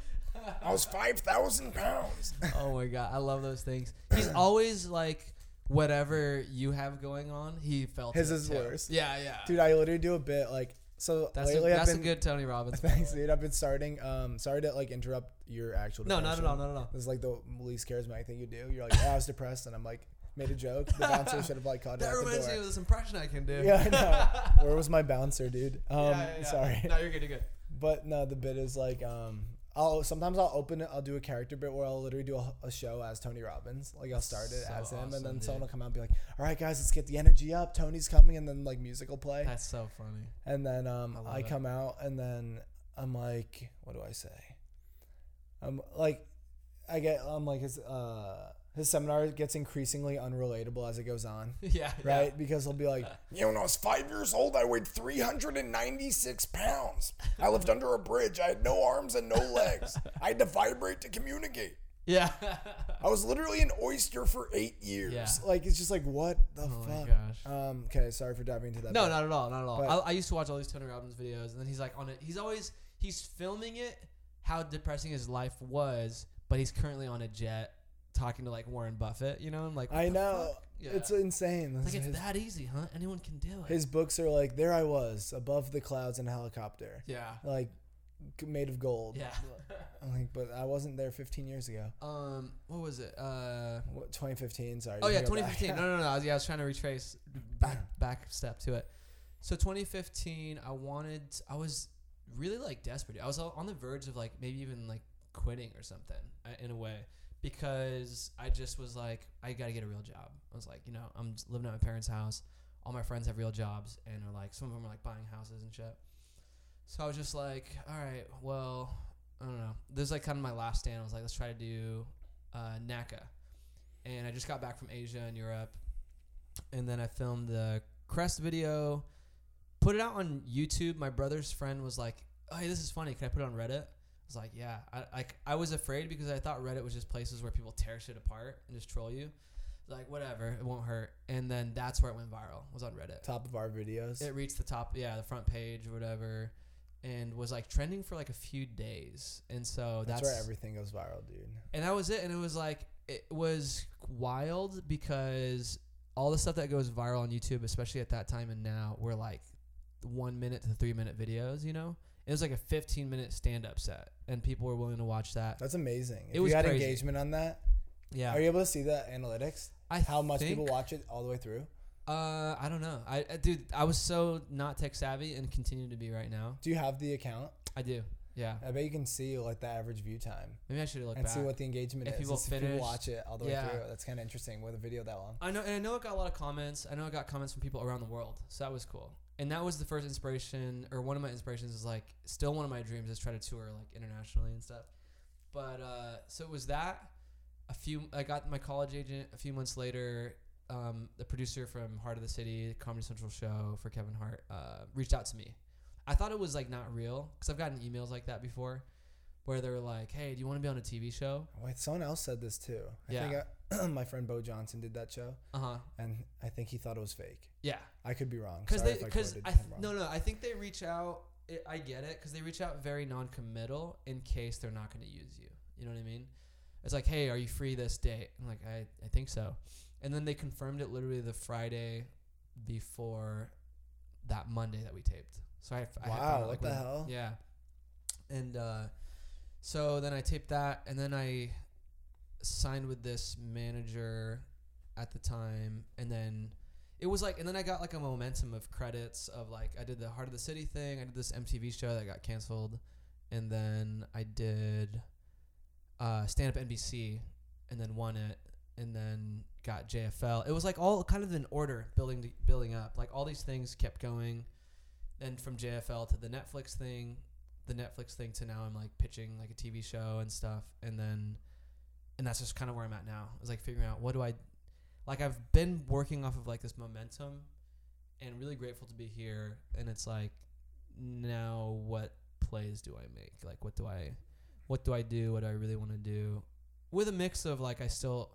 Speaker 3: I was 5,000 pounds.
Speaker 2: oh my god, I love those things. He's always like, whatever you have going on, he felt
Speaker 1: His
Speaker 2: it
Speaker 1: is
Speaker 2: too.
Speaker 1: worse.
Speaker 2: Yeah, yeah.
Speaker 1: Dude, I literally do a bit like so
Speaker 2: that's a,
Speaker 1: lately.
Speaker 2: that's
Speaker 1: I've
Speaker 2: a
Speaker 1: been
Speaker 2: good Tony Robbins. by the
Speaker 1: thanks,
Speaker 2: way.
Speaker 1: dude. I've been starting. Um, sorry to like interrupt your actual.
Speaker 2: No, not at
Speaker 1: depression.
Speaker 2: all. Not at all.
Speaker 1: This is like the least charismatic thing you do. You're like, oh, I was depressed, and I'm like, made a joke. The bouncer should have like called it
Speaker 2: That
Speaker 1: out the
Speaker 2: reminds me
Speaker 1: door.
Speaker 2: of this impression I can do.
Speaker 1: Yeah, I know. Where was my bouncer, dude? Um,
Speaker 2: Yeah, yeah, yeah.
Speaker 1: sorry.
Speaker 2: No, you're good. You're good.
Speaker 1: But no, the bit is like um, I'll sometimes I'll open it. I'll do a character bit where I'll literally do a, a show as Tony Robbins. Like I'll start it
Speaker 2: So
Speaker 1: as him,
Speaker 2: awesome,
Speaker 1: and then someone
Speaker 2: dude.
Speaker 1: will come out and be like, "All right, guys, let's get the energy up. Tony's coming," and then like music will play,
Speaker 2: That's so funny.
Speaker 1: and then um,
Speaker 2: I love
Speaker 1: I,
Speaker 2: it.
Speaker 1: come out, and then I'm like, "What do I say?" I'm like, I get I'm like his uh his seminar gets increasingly unrelatable as it goes on,
Speaker 2: yeah. yeah.
Speaker 1: right? Because he'll be like,
Speaker 3: You know, when I was five years old, I weighed 396 pounds. I lived under a bridge. I had no arms and no legs. I had to vibrate to communicate.
Speaker 2: Yeah.
Speaker 3: I was literally an oyster for eight years.
Speaker 2: yeah.
Speaker 1: like it's just like, "What the
Speaker 2: Oh my
Speaker 1: fuck?"
Speaker 2: gosh.
Speaker 1: Um, okay, sorry for diving into that.
Speaker 2: No,
Speaker 1: bit.
Speaker 2: not at all, not at all.
Speaker 1: But-
Speaker 2: I, I used to watch all these Tony Robbins videos, and then he's like on it. He's always he's filming it how depressing his life was, but he's currently on a jet talking to like Warren Buffett. You know, I'm like,
Speaker 1: I
Speaker 2: what the
Speaker 1: know.
Speaker 2: fuck? Yeah.
Speaker 1: It's insane.
Speaker 2: like it's
Speaker 1: his,
Speaker 2: that easy, huh? Anyone can do it.
Speaker 1: his books are like, there I was, above the clouds in a helicopter,
Speaker 2: yeah,
Speaker 1: like g- made of gold.
Speaker 2: yeah.
Speaker 1: I'm like, but I wasn't there 15 years ago.
Speaker 2: um, what was it? Uh,
Speaker 1: What, 2015, sorry.
Speaker 2: oh
Speaker 1: you
Speaker 2: yeah,
Speaker 1: can go back.
Speaker 2: 2015. No, no, no. I was, yeah, I was trying to retrace back back step to it. So 2015, I wanted. I was really like desperate. I was o- on the verge of like maybe even like quitting or something uh, in a way because I just was like, I got to get a real job. I was like, you know, I'm just living at my parents' house. All my friends have real jobs and are like, some of them are like buying houses and shit. So I was just like, all right, well, I don't know. This is like kind of my last stand. I was like, let's try to do uh, NACA. And I just got back from Asia and Europe. And then I filmed the Crest video, put it out on YouTube. My brother's friend was like, oh, hey, this is funny. Can I put it on Reddit? I was like, yeah. I, like I was afraid because I thought Reddit was just places where people tear shit apart and just troll you. Like, whatever, it won't hurt. And then that's where it went viral, was on Reddit.
Speaker 1: Top of our videos.
Speaker 2: It reached the top, yeah, the front page or whatever, and was like trending for like a few days. And so
Speaker 1: that's,
Speaker 2: that's,
Speaker 1: where everything goes viral, dude.
Speaker 2: and that was it. And it was like it was wild because all the stuff that goes viral on YouTube, especially at that time and now, were like one minute to three minute videos. You know, it was like a fifteen minute stand up set, and people were willing to watch that.
Speaker 1: That's amazing. If
Speaker 2: was
Speaker 1: you had
Speaker 2: crazy.
Speaker 1: engagement on that,
Speaker 2: Yeah,
Speaker 1: are you able to see the analytics?
Speaker 2: I
Speaker 1: How much
Speaker 2: think-
Speaker 1: people watch it all the way through?
Speaker 2: Uh, I don't know. I, I dude, I was so not tech savvy and continue to be right now.
Speaker 1: Do you have the account?
Speaker 2: I do. Yeah,
Speaker 1: I bet you can see like the average view time
Speaker 2: maybe I should look
Speaker 1: and
Speaker 2: back.
Speaker 1: see what the engagement
Speaker 2: If
Speaker 1: is.
Speaker 2: people
Speaker 1: and see if people
Speaker 2: finished-
Speaker 1: watch it all the
Speaker 2: Yeah.
Speaker 1: way through. That's kind of interesting with a video that long.
Speaker 2: I know, and I know it got a lot of comments. I know it got comments from people around the world, so that was cool. And that was the first inspiration, or one of my inspirations is like still one of my dreams is try to tour like internationally and stuff. But uh, so it was that. A few, I got my college agent a few months later. Um, the producer from Heart of the City, the Comedy Central show for Kevin Hart, uh, reached out to me. I thought it was like not real because I've gotten emails like that before, where they were like, "Hey, do you want to be on a TV show?"
Speaker 1: Wait, someone else said this too. I think I, my friend Bo Johnson did that show,
Speaker 2: Uh huh.
Speaker 1: and I think he thought it was fake.
Speaker 2: Yeah.
Speaker 1: I could be wrong.
Speaker 2: because
Speaker 1: Sorry
Speaker 2: they
Speaker 1: if I
Speaker 2: because
Speaker 1: quoted
Speaker 2: I,
Speaker 1: him
Speaker 2: th-
Speaker 1: wrong.
Speaker 2: no no I think they reach out. It, I get it because they reach out very non-committal in case they're not going to use you. You know what I mean? It's like, hey, are you free this date? I'm like, I, I think so. And then they confirmed it literally the Friday before that Monday that we taped. So I, I had
Speaker 1: Wow,
Speaker 2: found out,
Speaker 1: what
Speaker 2: like,
Speaker 1: the
Speaker 2: when-
Speaker 1: hell?
Speaker 2: Yeah. And uh, so then I taped that, and then I signed with this manager at the time, and then it was like, and then I got like a momentum of credits of like I did the Heart of the City thing, I did this MTV show that got canceled, and then I did uh, stand up NBC, and then won it, and then got JFL. It was like all kind of in order, building to, building up. Like all these things kept going, then from JFL to the Netflix thing, the Netflix thing to now I'm like pitching like a TV show and stuff, and then and that's just kind of where I'm at now. It's like figuring out what do I like. I've been working off of like this momentum, and really grateful to be here. And it's like now what plays do I make? Like what do I what do I do? What do I really want to do? With a mix of like I still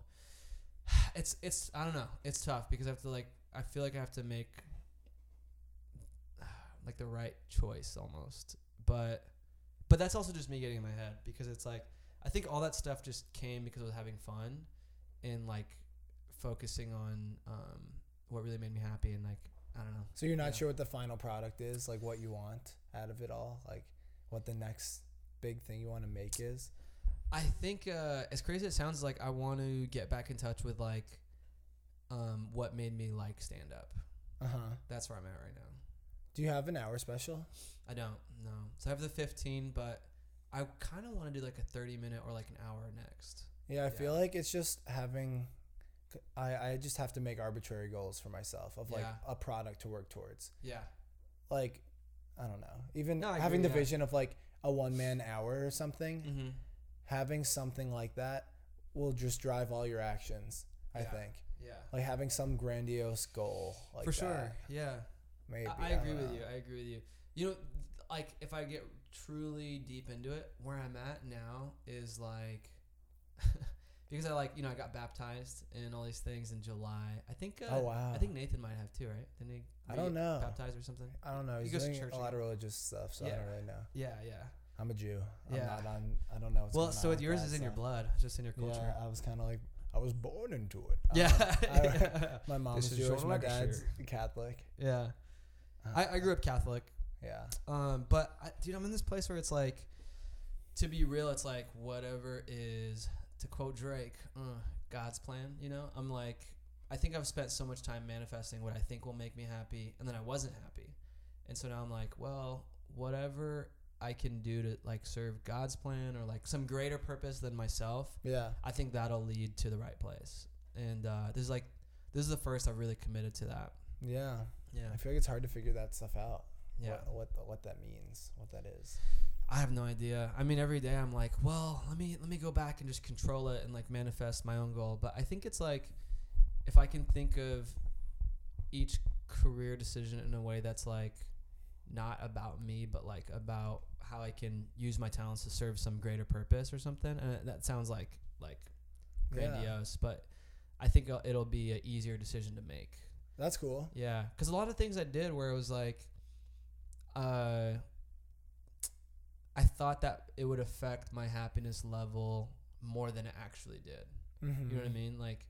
Speaker 2: it's it's I don't know. It's tough because I have to like I feel like I have to make like the right choice almost. But but that's also just me getting in my head because it's like I think all that stuff just came because I was having fun and like focusing on um, what really made me happy and like I don't know.
Speaker 1: So you're not
Speaker 2: Yeah.
Speaker 1: sure what the final product is, like what you want out of it all, like what the next big thing you want to make is.
Speaker 2: I think uh, as crazy as it sounds, like I want to get back in touch with like um, what made me like stand up.
Speaker 1: Uh huh.
Speaker 2: That's where I'm at right now.
Speaker 1: Do you have an hour special?
Speaker 2: I don't no. So I have the 15, but I kind of want to do like a 30 minute or like an hour next.
Speaker 1: Yeah, I feel
Speaker 2: Yeah.
Speaker 1: like it's just having. I, I just have to make arbitrary goals for myself of like
Speaker 2: Yeah.
Speaker 1: a product to work towards.
Speaker 2: Yeah.
Speaker 1: Like, I don't know. Even
Speaker 2: No, I
Speaker 1: having
Speaker 2: agree,
Speaker 1: the
Speaker 2: yeah.
Speaker 1: vision of like a one man hour or something,
Speaker 2: Mm-hmm.
Speaker 1: having something like that will just drive all your actions. I
Speaker 2: Yeah.
Speaker 1: think
Speaker 2: Yeah.
Speaker 1: like having some grandiose goal like
Speaker 2: For
Speaker 1: that,
Speaker 2: sure. Yeah.
Speaker 1: Maybe
Speaker 2: I, I agree
Speaker 1: don't
Speaker 2: with
Speaker 1: know.
Speaker 2: you. I agree with you. You know, like if I get truly deep into it, where I'm at now is like because I like you know I got baptized and all these things in July. I think uh,
Speaker 1: Oh, wow.
Speaker 2: I think Nathan might have too, right? Didn't he?
Speaker 1: I
Speaker 2: get
Speaker 1: don't know.
Speaker 2: Baptized or something?
Speaker 1: I don't know.
Speaker 2: He
Speaker 1: He's
Speaker 2: goes to
Speaker 1: doing
Speaker 2: church
Speaker 1: a lot of religious stuff, so I don't
Speaker 2: Yeah.
Speaker 1: really know.
Speaker 2: Yeah, yeah.
Speaker 1: I'm a Jew. I'm
Speaker 2: Yeah.
Speaker 1: not on. I don't know. What's
Speaker 2: well,
Speaker 1: going
Speaker 2: so
Speaker 1: on
Speaker 2: it,
Speaker 1: with
Speaker 2: yours
Speaker 1: that,
Speaker 2: is in your
Speaker 1: so-
Speaker 2: blood, just in your culture.
Speaker 1: Yeah, I was kind of like I was born into it. Uh, I don't know.
Speaker 2: Yeah.
Speaker 1: I- my mom
Speaker 2: This
Speaker 1: is
Speaker 2: is
Speaker 1: Jewish.
Speaker 2: your
Speaker 1: My
Speaker 2: lecture.
Speaker 1: dad's Catholic.
Speaker 2: yeah.
Speaker 1: Uh,
Speaker 2: I, I grew up Catholic.
Speaker 1: yeah.
Speaker 2: Um, but I, dude, I'm in this place where it's like, to be real, it's like whatever is to quote Drake, uh, God's plan. You know, I'm like, I think I've spent so much time manifesting what I think will make me happy, and then I wasn't happy, and so now I'm like, well, whatever I can do to like serve God's plan or like some greater purpose than myself,
Speaker 1: Yeah.
Speaker 2: I think that'll lead to the right place. And uh, this is like, this is the first I've really committed to that.
Speaker 1: Yeah.
Speaker 2: Yeah,
Speaker 1: I feel like it's hard to figure that stuff out.
Speaker 2: yeah.
Speaker 1: What what, the, what that means, what that is.
Speaker 2: I have no idea. I mean, every day I'm like, well, let me let me go back and just control it and like manifest my own goal. But I think it's like if I can think of each career decision in a way that's like not about me, but like about how I can use my talents to serve some greater purpose or something. And that sounds like like
Speaker 1: Yeah.
Speaker 2: grandiose, but I think it'll- it'll be an easier decision to make.
Speaker 1: That's cool.
Speaker 2: Yeah, because a lot of things I did where it was like, uh, I thought that it would affect my happiness level more than it actually did.
Speaker 1: Mm-hmm.
Speaker 2: You know what I mean? Like,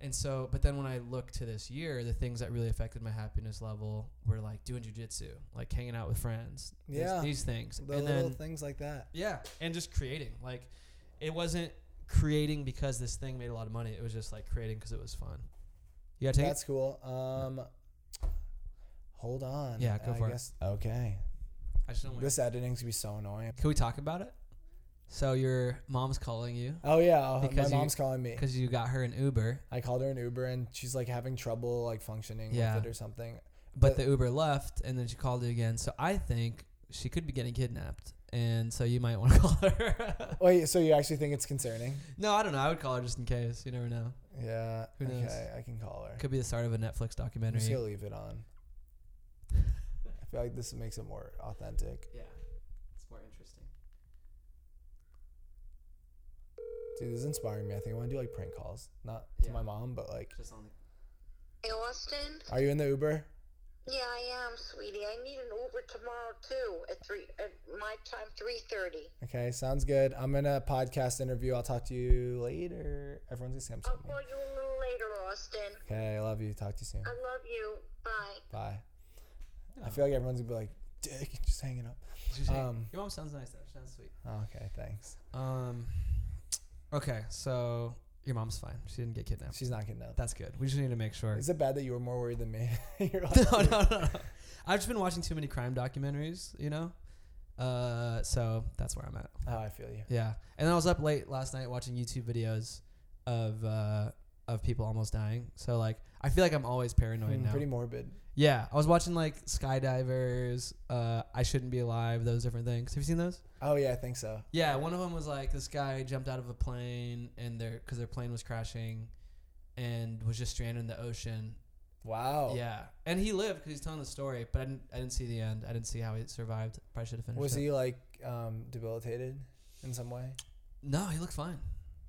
Speaker 2: and so, but then when I look to this year, the things that really affected my happiness level were like doing jujitsu, like hanging out with friends, these-
Speaker 1: Yeah.
Speaker 2: these, things,
Speaker 1: The
Speaker 2: and
Speaker 1: little
Speaker 2: then
Speaker 1: things like that.
Speaker 2: yeah, and just creating. Like, it wasn't creating because this thing made a lot of money. It was just like creating because it was fun. You gotta take it?
Speaker 1: That's cool. Um, hold on.
Speaker 2: Yeah, go
Speaker 1: I
Speaker 2: for it.
Speaker 1: guess, it. Okay.
Speaker 2: I just don't wanna-
Speaker 1: This editing's gonna be so annoying.
Speaker 2: Can we talk about it? So your mom's calling you
Speaker 1: Oh yeah,
Speaker 2: Because you-
Speaker 1: my mom's calling me.
Speaker 2: because you got her an Uber,
Speaker 1: I called her an Uber and she's like having trouble like functioning
Speaker 2: Yeah.
Speaker 1: with it or something.
Speaker 2: but
Speaker 1: But-
Speaker 2: the Uber left, and then she called you again. So I think she could be getting kidnapped, and so you might want to call her.
Speaker 1: Wait, so you actually think it's concerning?
Speaker 2: no, I don't know. I would call her just in case. You never know.
Speaker 1: Yeah.
Speaker 2: Who knows?
Speaker 1: Okay, I can call her.
Speaker 2: Could be the start of a Netflix
Speaker 1: I'm just
Speaker 2: documentary.
Speaker 1: gonna leave it on. I feel like this makes it more authentic.
Speaker 2: Yeah, it's more interesting.
Speaker 1: Dude, this is inspiring me. I think I want to do like prank calls, not to
Speaker 2: Yeah.
Speaker 1: my mom, but like,
Speaker 2: Just on
Speaker 4: Hey, Austin.
Speaker 1: are you in the Uber?
Speaker 4: Yeah, I am, sweetie. I need an Uber tomorrow too at three at my time, three thirty.
Speaker 1: Okay, sounds good. I'm in a podcast interview. I'll talk to you later. Everyone's gonna say
Speaker 4: I'll
Speaker 1: I'm
Speaker 4: call
Speaker 1: sorry.
Speaker 4: Oh, you a little later, Austin.
Speaker 1: Okay, I love you. Talk to you soon.
Speaker 4: I love you. Bye.
Speaker 1: Bye.
Speaker 2: Oh.
Speaker 1: I feel like everyone's gonna be like, Dick, just hanging up.
Speaker 2: the.
Speaker 1: Um,
Speaker 2: Your mom sounds nice. Though. She sounds sweet.
Speaker 1: Okay, thanks.
Speaker 2: Um. Okay, so your mom's fine. She didn't get kidnapped.
Speaker 1: She's not getting up.
Speaker 2: That's good. We just need to make sure.
Speaker 1: Is it bad that you were more worried than me? You're like,
Speaker 2: no, no, no. I've just been watching too many crime documentaries, you know. Uh, so that's where I'm at.
Speaker 1: Oh, I feel you.
Speaker 2: Yeah, and I was up late last night watching YouTube videos of uh, of people almost dying. So like, I feel like I'm always paranoid
Speaker 1: Mm,
Speaker 2: now.
Speaker 1: Pretty morbid.
Speaker 2: yeah, I was watching like skydivers. Uh, I shouldn't be alive. Those different things. Have you seen those?
Speaker 1: Oh yeah, I think so.
Speaker 2: Yeah, one of them was like this guy jumped out of a plane and their because their plane was crashing, and was just stranded in the ocean.
Speaker 1: Wow.
Speaker 2: Yeah, and he lived because he's telling the story, but I didn't. I didn't see the end. I didn't see how he survived. Probably should have finished.
Speaker 1: Was
Speaker 2: it.
Speaker 1: he like um, debilitated in some way?
Speaker 2: No, he looked fine.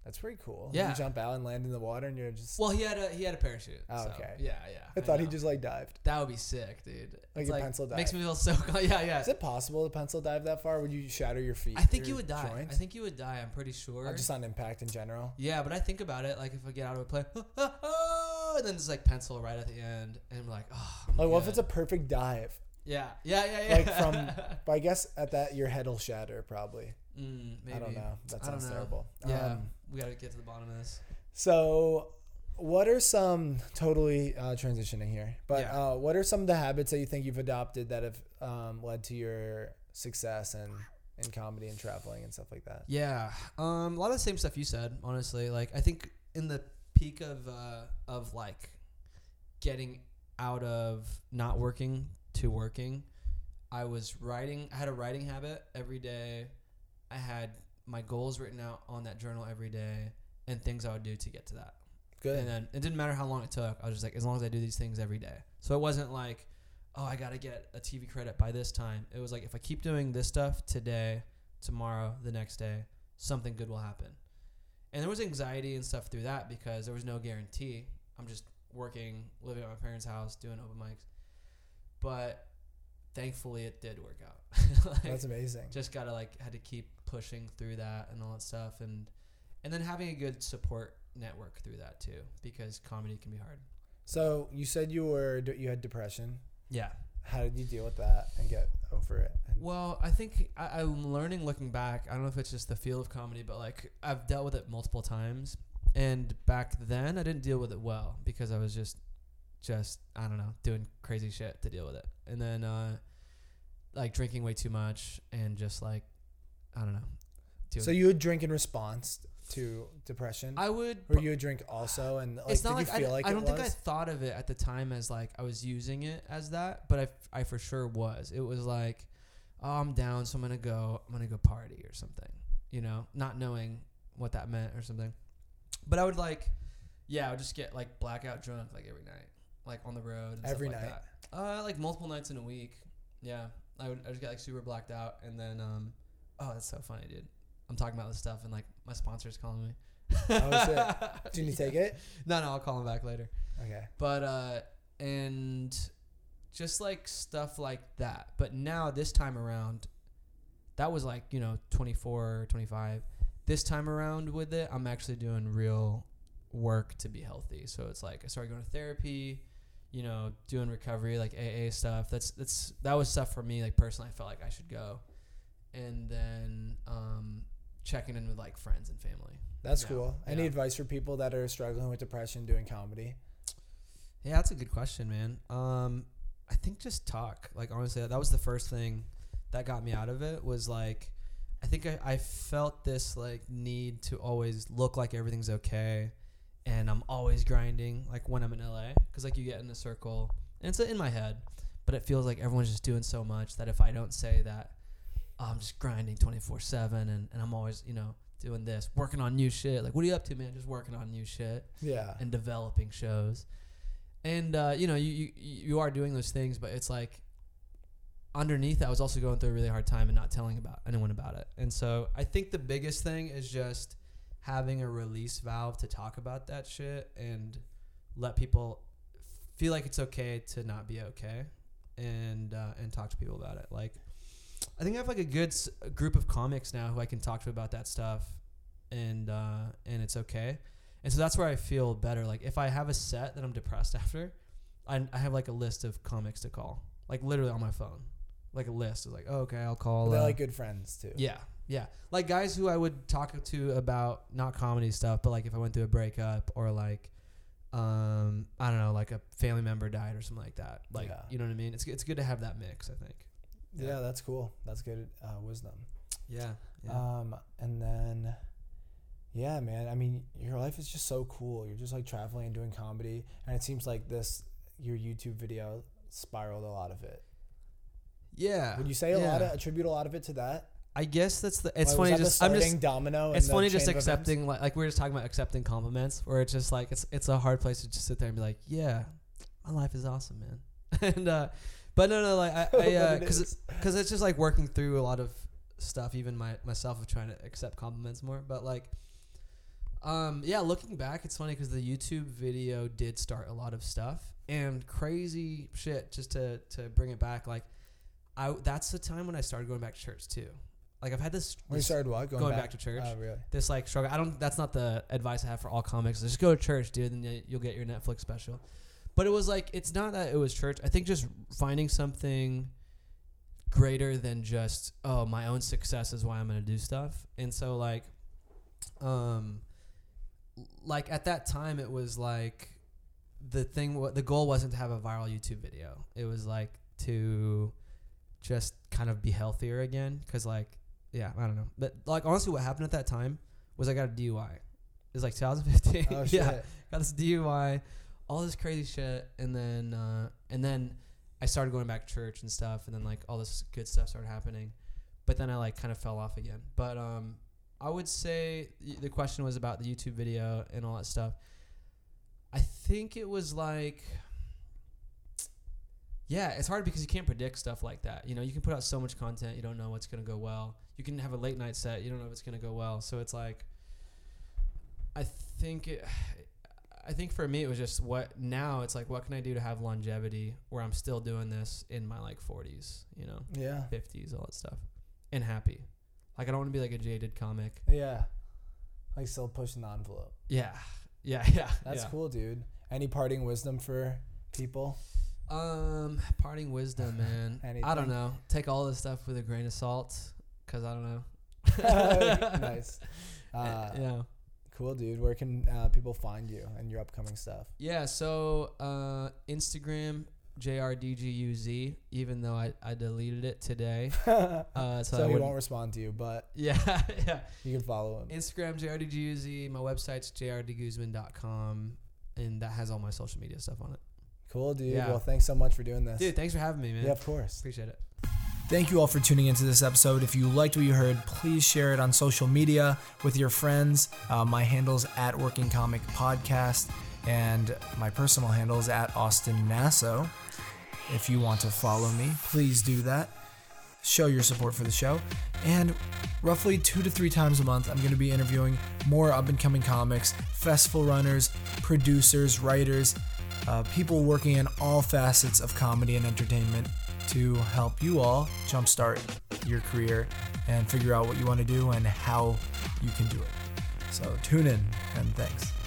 Speaker 1: That's pretty cool.
Speaker 2: Yeah.
Speaker 1: You jump out and land in the water and you're just.
Speaker 2: Well, he had a he had a parachute.
Speaker 1: Oh,
Speaker 2: so,
Speaker 1: okay.
Speaker 2: Yeah, yeah.
Speaker 1: I thought he
Speaker 2: know.
Speaker 1: just like dived.
Speaker 2: that would be sick, dude.
Speaker 1: Like
Speaker 2: It's
Speaker 1: a pencil
Speaker 2: Makes
Speaker 1: dive.
Speaker 2: me feel so. yeah, yeah.
Speaker 1: Is it possible to pencil dive that far? Would you shatter your feet?
Speaker 2: I think
Speaker 1: your
Speaker 2: you would die.
Speaker 1: joints?
Speaker 2: I think you would die. I'm pretty sure.
Speaker 1: Uh, just on impact in general.
Speaker 2: yeah, but I think about it like if I get out of a plane, and then it's like pencil right at the end, and I'm like, oh. I'm
Speaker 1: Like, what if
Speaker 2: good."
Speaker 1: it's a perfect dive?
Speaker 2: Yeah, yeah, yeah, yeah.
Speaker 1: Like from, but I guess at that your head'll shatter probably.
Speaker 2: Mm, maybe.
Speaker 1: I don't know. That
Speaker 2: I
Speaker 1: sounds
Speaker 2: don't know.
Speaker 1: terrible.
Speaker 2: Yeah,
Speaker 1: Um,
Speaker 2: we gotta get to the bottom of this.
Speaker 1: so, what are some totally uh, transitioning here? But
Speaker 2: Yeah.
Speaker 1: uh, what are some of the habits that you think you've adopted that have um, led to your success and in comedy and traveling and stuff like that?
Speaker 2: Yeah, um, a lot of the same stuff you said. Honestly, like I think in the peak of uh, of like getting out of not working to working, I was writing. I had a writing habit every day. I had my goals written out on that journal every day, and things I would do to get to that.
Speaker 1: Good.
Speaker 2: And uh, then it didn't matter how long it took. I was just like, as long as I do these things every day. So it wasn't like, oh, I got to get a TV credit by this time. It was like, if I keep doing this stuff today, tomorrow, the next day, something good will happen. And there was anxiety and stuff through that because there was no guarantee. I'm just working, living at my parents' house, doing open mics. But thankfully, it did work out. Like,
Speaker 1: That's amazing.
Speaker 2: just gotta like had to keep pushing through that and all that stuff and and then having a good support network through that too because comedy can be hard
Speaker 1: So you said you were you had depression.
Speaker 2: yeah
Speaker 1: How did you deal with that and get over it? And
Speaker 2: well i think I, i'm learning looking back i don't know if it's just the field of comedy but like i've dealt with it multiple times and back then i didn't deal with it well because i was just just i don't know doing crazy shit to deal with it and then uh like drinking way too much and just like i don't know doing-
Speaker 1: so you would drink in response to depression,
Speaker 2: i would
Speaker 1: or you would drink also, and like,
Speaker 2: it's
Speaker 1: did
Speaker 2: not
Speaker 1: you
Speaker 2: like I,
Speaker 1: feel like
Speaker 2: I
Speaker 1: it
Speaker 2: don't think I
Speaker 1: was?
Speaker 2: thought of it at the time as like I was using it as that, but I, f- I for sure was. It was like, oh, I'm down, so I'm gonna go, I'm gonna go party or something, you know, not knowing what that meant or something. But I would like, yeah, I would just get like blackout drunk like every night, like on the road. And
Speaker 1: Every
Speaker 2: stuff like
Speaker 1: night?
Speaker 2: that. Uh, like multiple nights in a week. Yeah, I would I just get like super blacked out, and then um, oh, that's so funny, dude. I'm talking about this stuff, and like my sponsor's calling me.
Speaker 1: Oh, Did you
Speaker 2: Yeah.
Speaker 1: take it?
Speaker 2: No, no, I'll call him back later.
Speaker 1: Okay.
Speaker 2: But uh and just like stuff like that. But now this time around that was like, you know, 24, 25. This time around with it, I'm actually doing real work to be healthy. So it's like I started going to therapy, you know, doing recovery like AA stuff. That's that's that was stuff for me like personally I felt like I should go. And then um checking in with like friends and family.
Speaker 1: That's
Speaker 2: Yeah.
Speaker 1: cool. Any
Speaker 2: Yeah.
Speaker 1: advice for people that are struggling with depression doing comedy?
Speaker 2: Yeah, that's a good question, man. Um, I think just talk. Like honestly, that was the first thing that got me out of it. Was like, I think I, I felt this like need to always look like everything's okay, and I'm always grinding. Like when I'm in LA, because like you get in a circle, and it's in my head, but it feels like everyone's just doing so much that if I don't say that, "Oh, I'm just grinding 24 seven, and and I'm always you know doing this, working on new shit. Like what are you up to, man? Just working on new shit
Speaker 1: Yeah.
Speaker 2: and developing shows. And uh, you know, you, you you are doing those things, but it's like underneath, I was also going through a really hard time and not telling about anyone about it. And so I think the biggest thing is just having a release valve to talk about that shit and let people feel like it's okay to not be okay and uh, and talk to people about it. Like I think I have like a good s- group of comics now who I can talk to about that stuff and uh, and it's okay. And so that's where I feel better. Like if I have a set that I'm depressed after, I, I have like a list of comics to call, like literally on my phone, like a list of like, oh, okay, I'll call.
Speaker 1: They're
Speaker 2: uh,
Speaker 1: like good friends too.
Speaker 2: yeah, yeah. Like guys who I would talk to about not comedy stuff, but like if I went through a breakup or like, um, I don't know, like a family member died or something like that. Like,
Speaker 1: Yeah.
Speaker 2: you know what I mean? It's it's good to have that mix. I think.
Speaker 1: Yeah, that's cool. That's good uh, wisdom.
Speaker 2: Yeah. Yeah.
Speaker 1: Um, and then, yeah, man. I mean, your life is just so cool. You're just like traveling and doing comedy, and it seems like this your YouTube video spiraled a lot of it.
Speaker 2: yeah.
Speaker 1: Would you say a
Speaker 2: yeah.
Speaker 1: lot of attribute a lot of it to that?
Speaker 2: I guess that's the. It's
Speaker 1: Like, was
Speaker 2: funny.
Speaker 1: that the
Speaker 2: Just I'm just
Speaker 1: starting domino.
Speaker 2: it's
Speaker 1: in the
Speaker 2: funny just
Speaker 1: chain of events?
Speaker 2: accepting like, like we were just talking about accepting compliments where it's just like it's it's a hard place to just sit there and be like yeah my life is awesome man and uh but no no like i, I uh
Speaker 1: But it
Speaker 2: because
Speaker 1: is.
Speaker 2: because it's just like working through a lot of stuff even my myself of trying to accept compliments more but like Um, yeah, looking back, it's funny because the YouTube video did start a lot of stuff and crazy shit. Just to to bring it back, like I that's the time when I started going back to church too. Like I've had this,
Speaker 1: We
Speaker 2: this-
Speaker 1: started what? Going,
Speaker 2: going back to church.
Speaker 1: Oh, really?
Speaker 2: this like struggle. I don't. That's not the advice I have for all comics. Just go to church, dude, and you- you'll get your Netflix special. But it was like it's not that it was church. I think just finding something greater than just oh my own success is why I'm gonna do stuff. And so like, um, like at that time it was like the thing. wa- The goal wasn't to have a viral YouTube video. It was like to just kind of be healthier again because like yeah, I don't know. But like honestly, what happened at that time was I got a DUI. It was like 2015.
Speaker 1: Oh shit.
Speaker 2: yeah, got this DUI, all this crazy shit, and then uh, and then I started going back to church and stuff, and then like all this good stuff started happening. But then I like kind of fell off again. But um, I would say y- the question was about the YouTube video and all that stuff. I think it was like. Yeah, it's hard because you can't predict stuff like that. You know, you can put out so much content, you don't know what's going to go well. You can have a late night set, you don't know if it's going to go well. So it's like I think it, I think for me it was just what now it's like what can I do to have longevity where I'm still doing this in my like 40s, you know,
Speaker 1: Yeah.
Speaker 2: 50s, all that stuff, and happy. Like I don't want to be like a jaded comic.
Speaker 1: Yeah. Like still pushing the envelope.
Speaker 2: Yeah, yeah, yeah.
Speaker 1: That's
Speaker 2: yeah.
Speaker 1: cool, dude. Any parting wisdom for people?
Speaker 2: Um, parting wisdom, man. I
Speaker 1: Anything.
Speaker 2: don't know. Take all this stuff with a grain of salt, cause I don't know.
Speaker 1: nice. Uh,
Speaker 2: yeah.
Speaker 1: Cool, dude. Where can uh, people find you and your upcoming stuff?
Speaker 2: Yeah, so uh, Instagram JRDGUZ, even though I, I deleted it today. Uh,
Speaker 1: so
Speaker 2: so I
Speaker 1: he
Speaker 2: wouldn't-
Speaker 1: won't respond to you, but
Speaker 2: Yeah, yeah.
Speaker 1: you can follow him.
Speaker 2: Instagram JRDGUZ. My website's jrdguzman.com, and that has all my social media stuff on it.
Speaker 1: Cool, dude.
Speaker 2: Yeah.
Speaker 1: Well, thanks so much for doing this.
Speaker 2: Dude, thanks for having me, man.
Speaker 1: yeah, of course.
Speaker 2: Appreciate it.
Speaker 5: Thank you all for tuning into this episode. If you liked what you heard, please share it on social media with your friends. Uh, my handle's at Working Comic Podcast, and my personal handle is at Austin Nasso. If you want to follow me, please do that. Show your support for the show. And roughly two to three times a month, I'm going to be interviewing more up and coming comics, festival runners, producers, writers, uh, people working in all facets of comedy and entertainment to help you all jumpstart your career and figure out what you want to do and how you can do it. So tune in and thanks.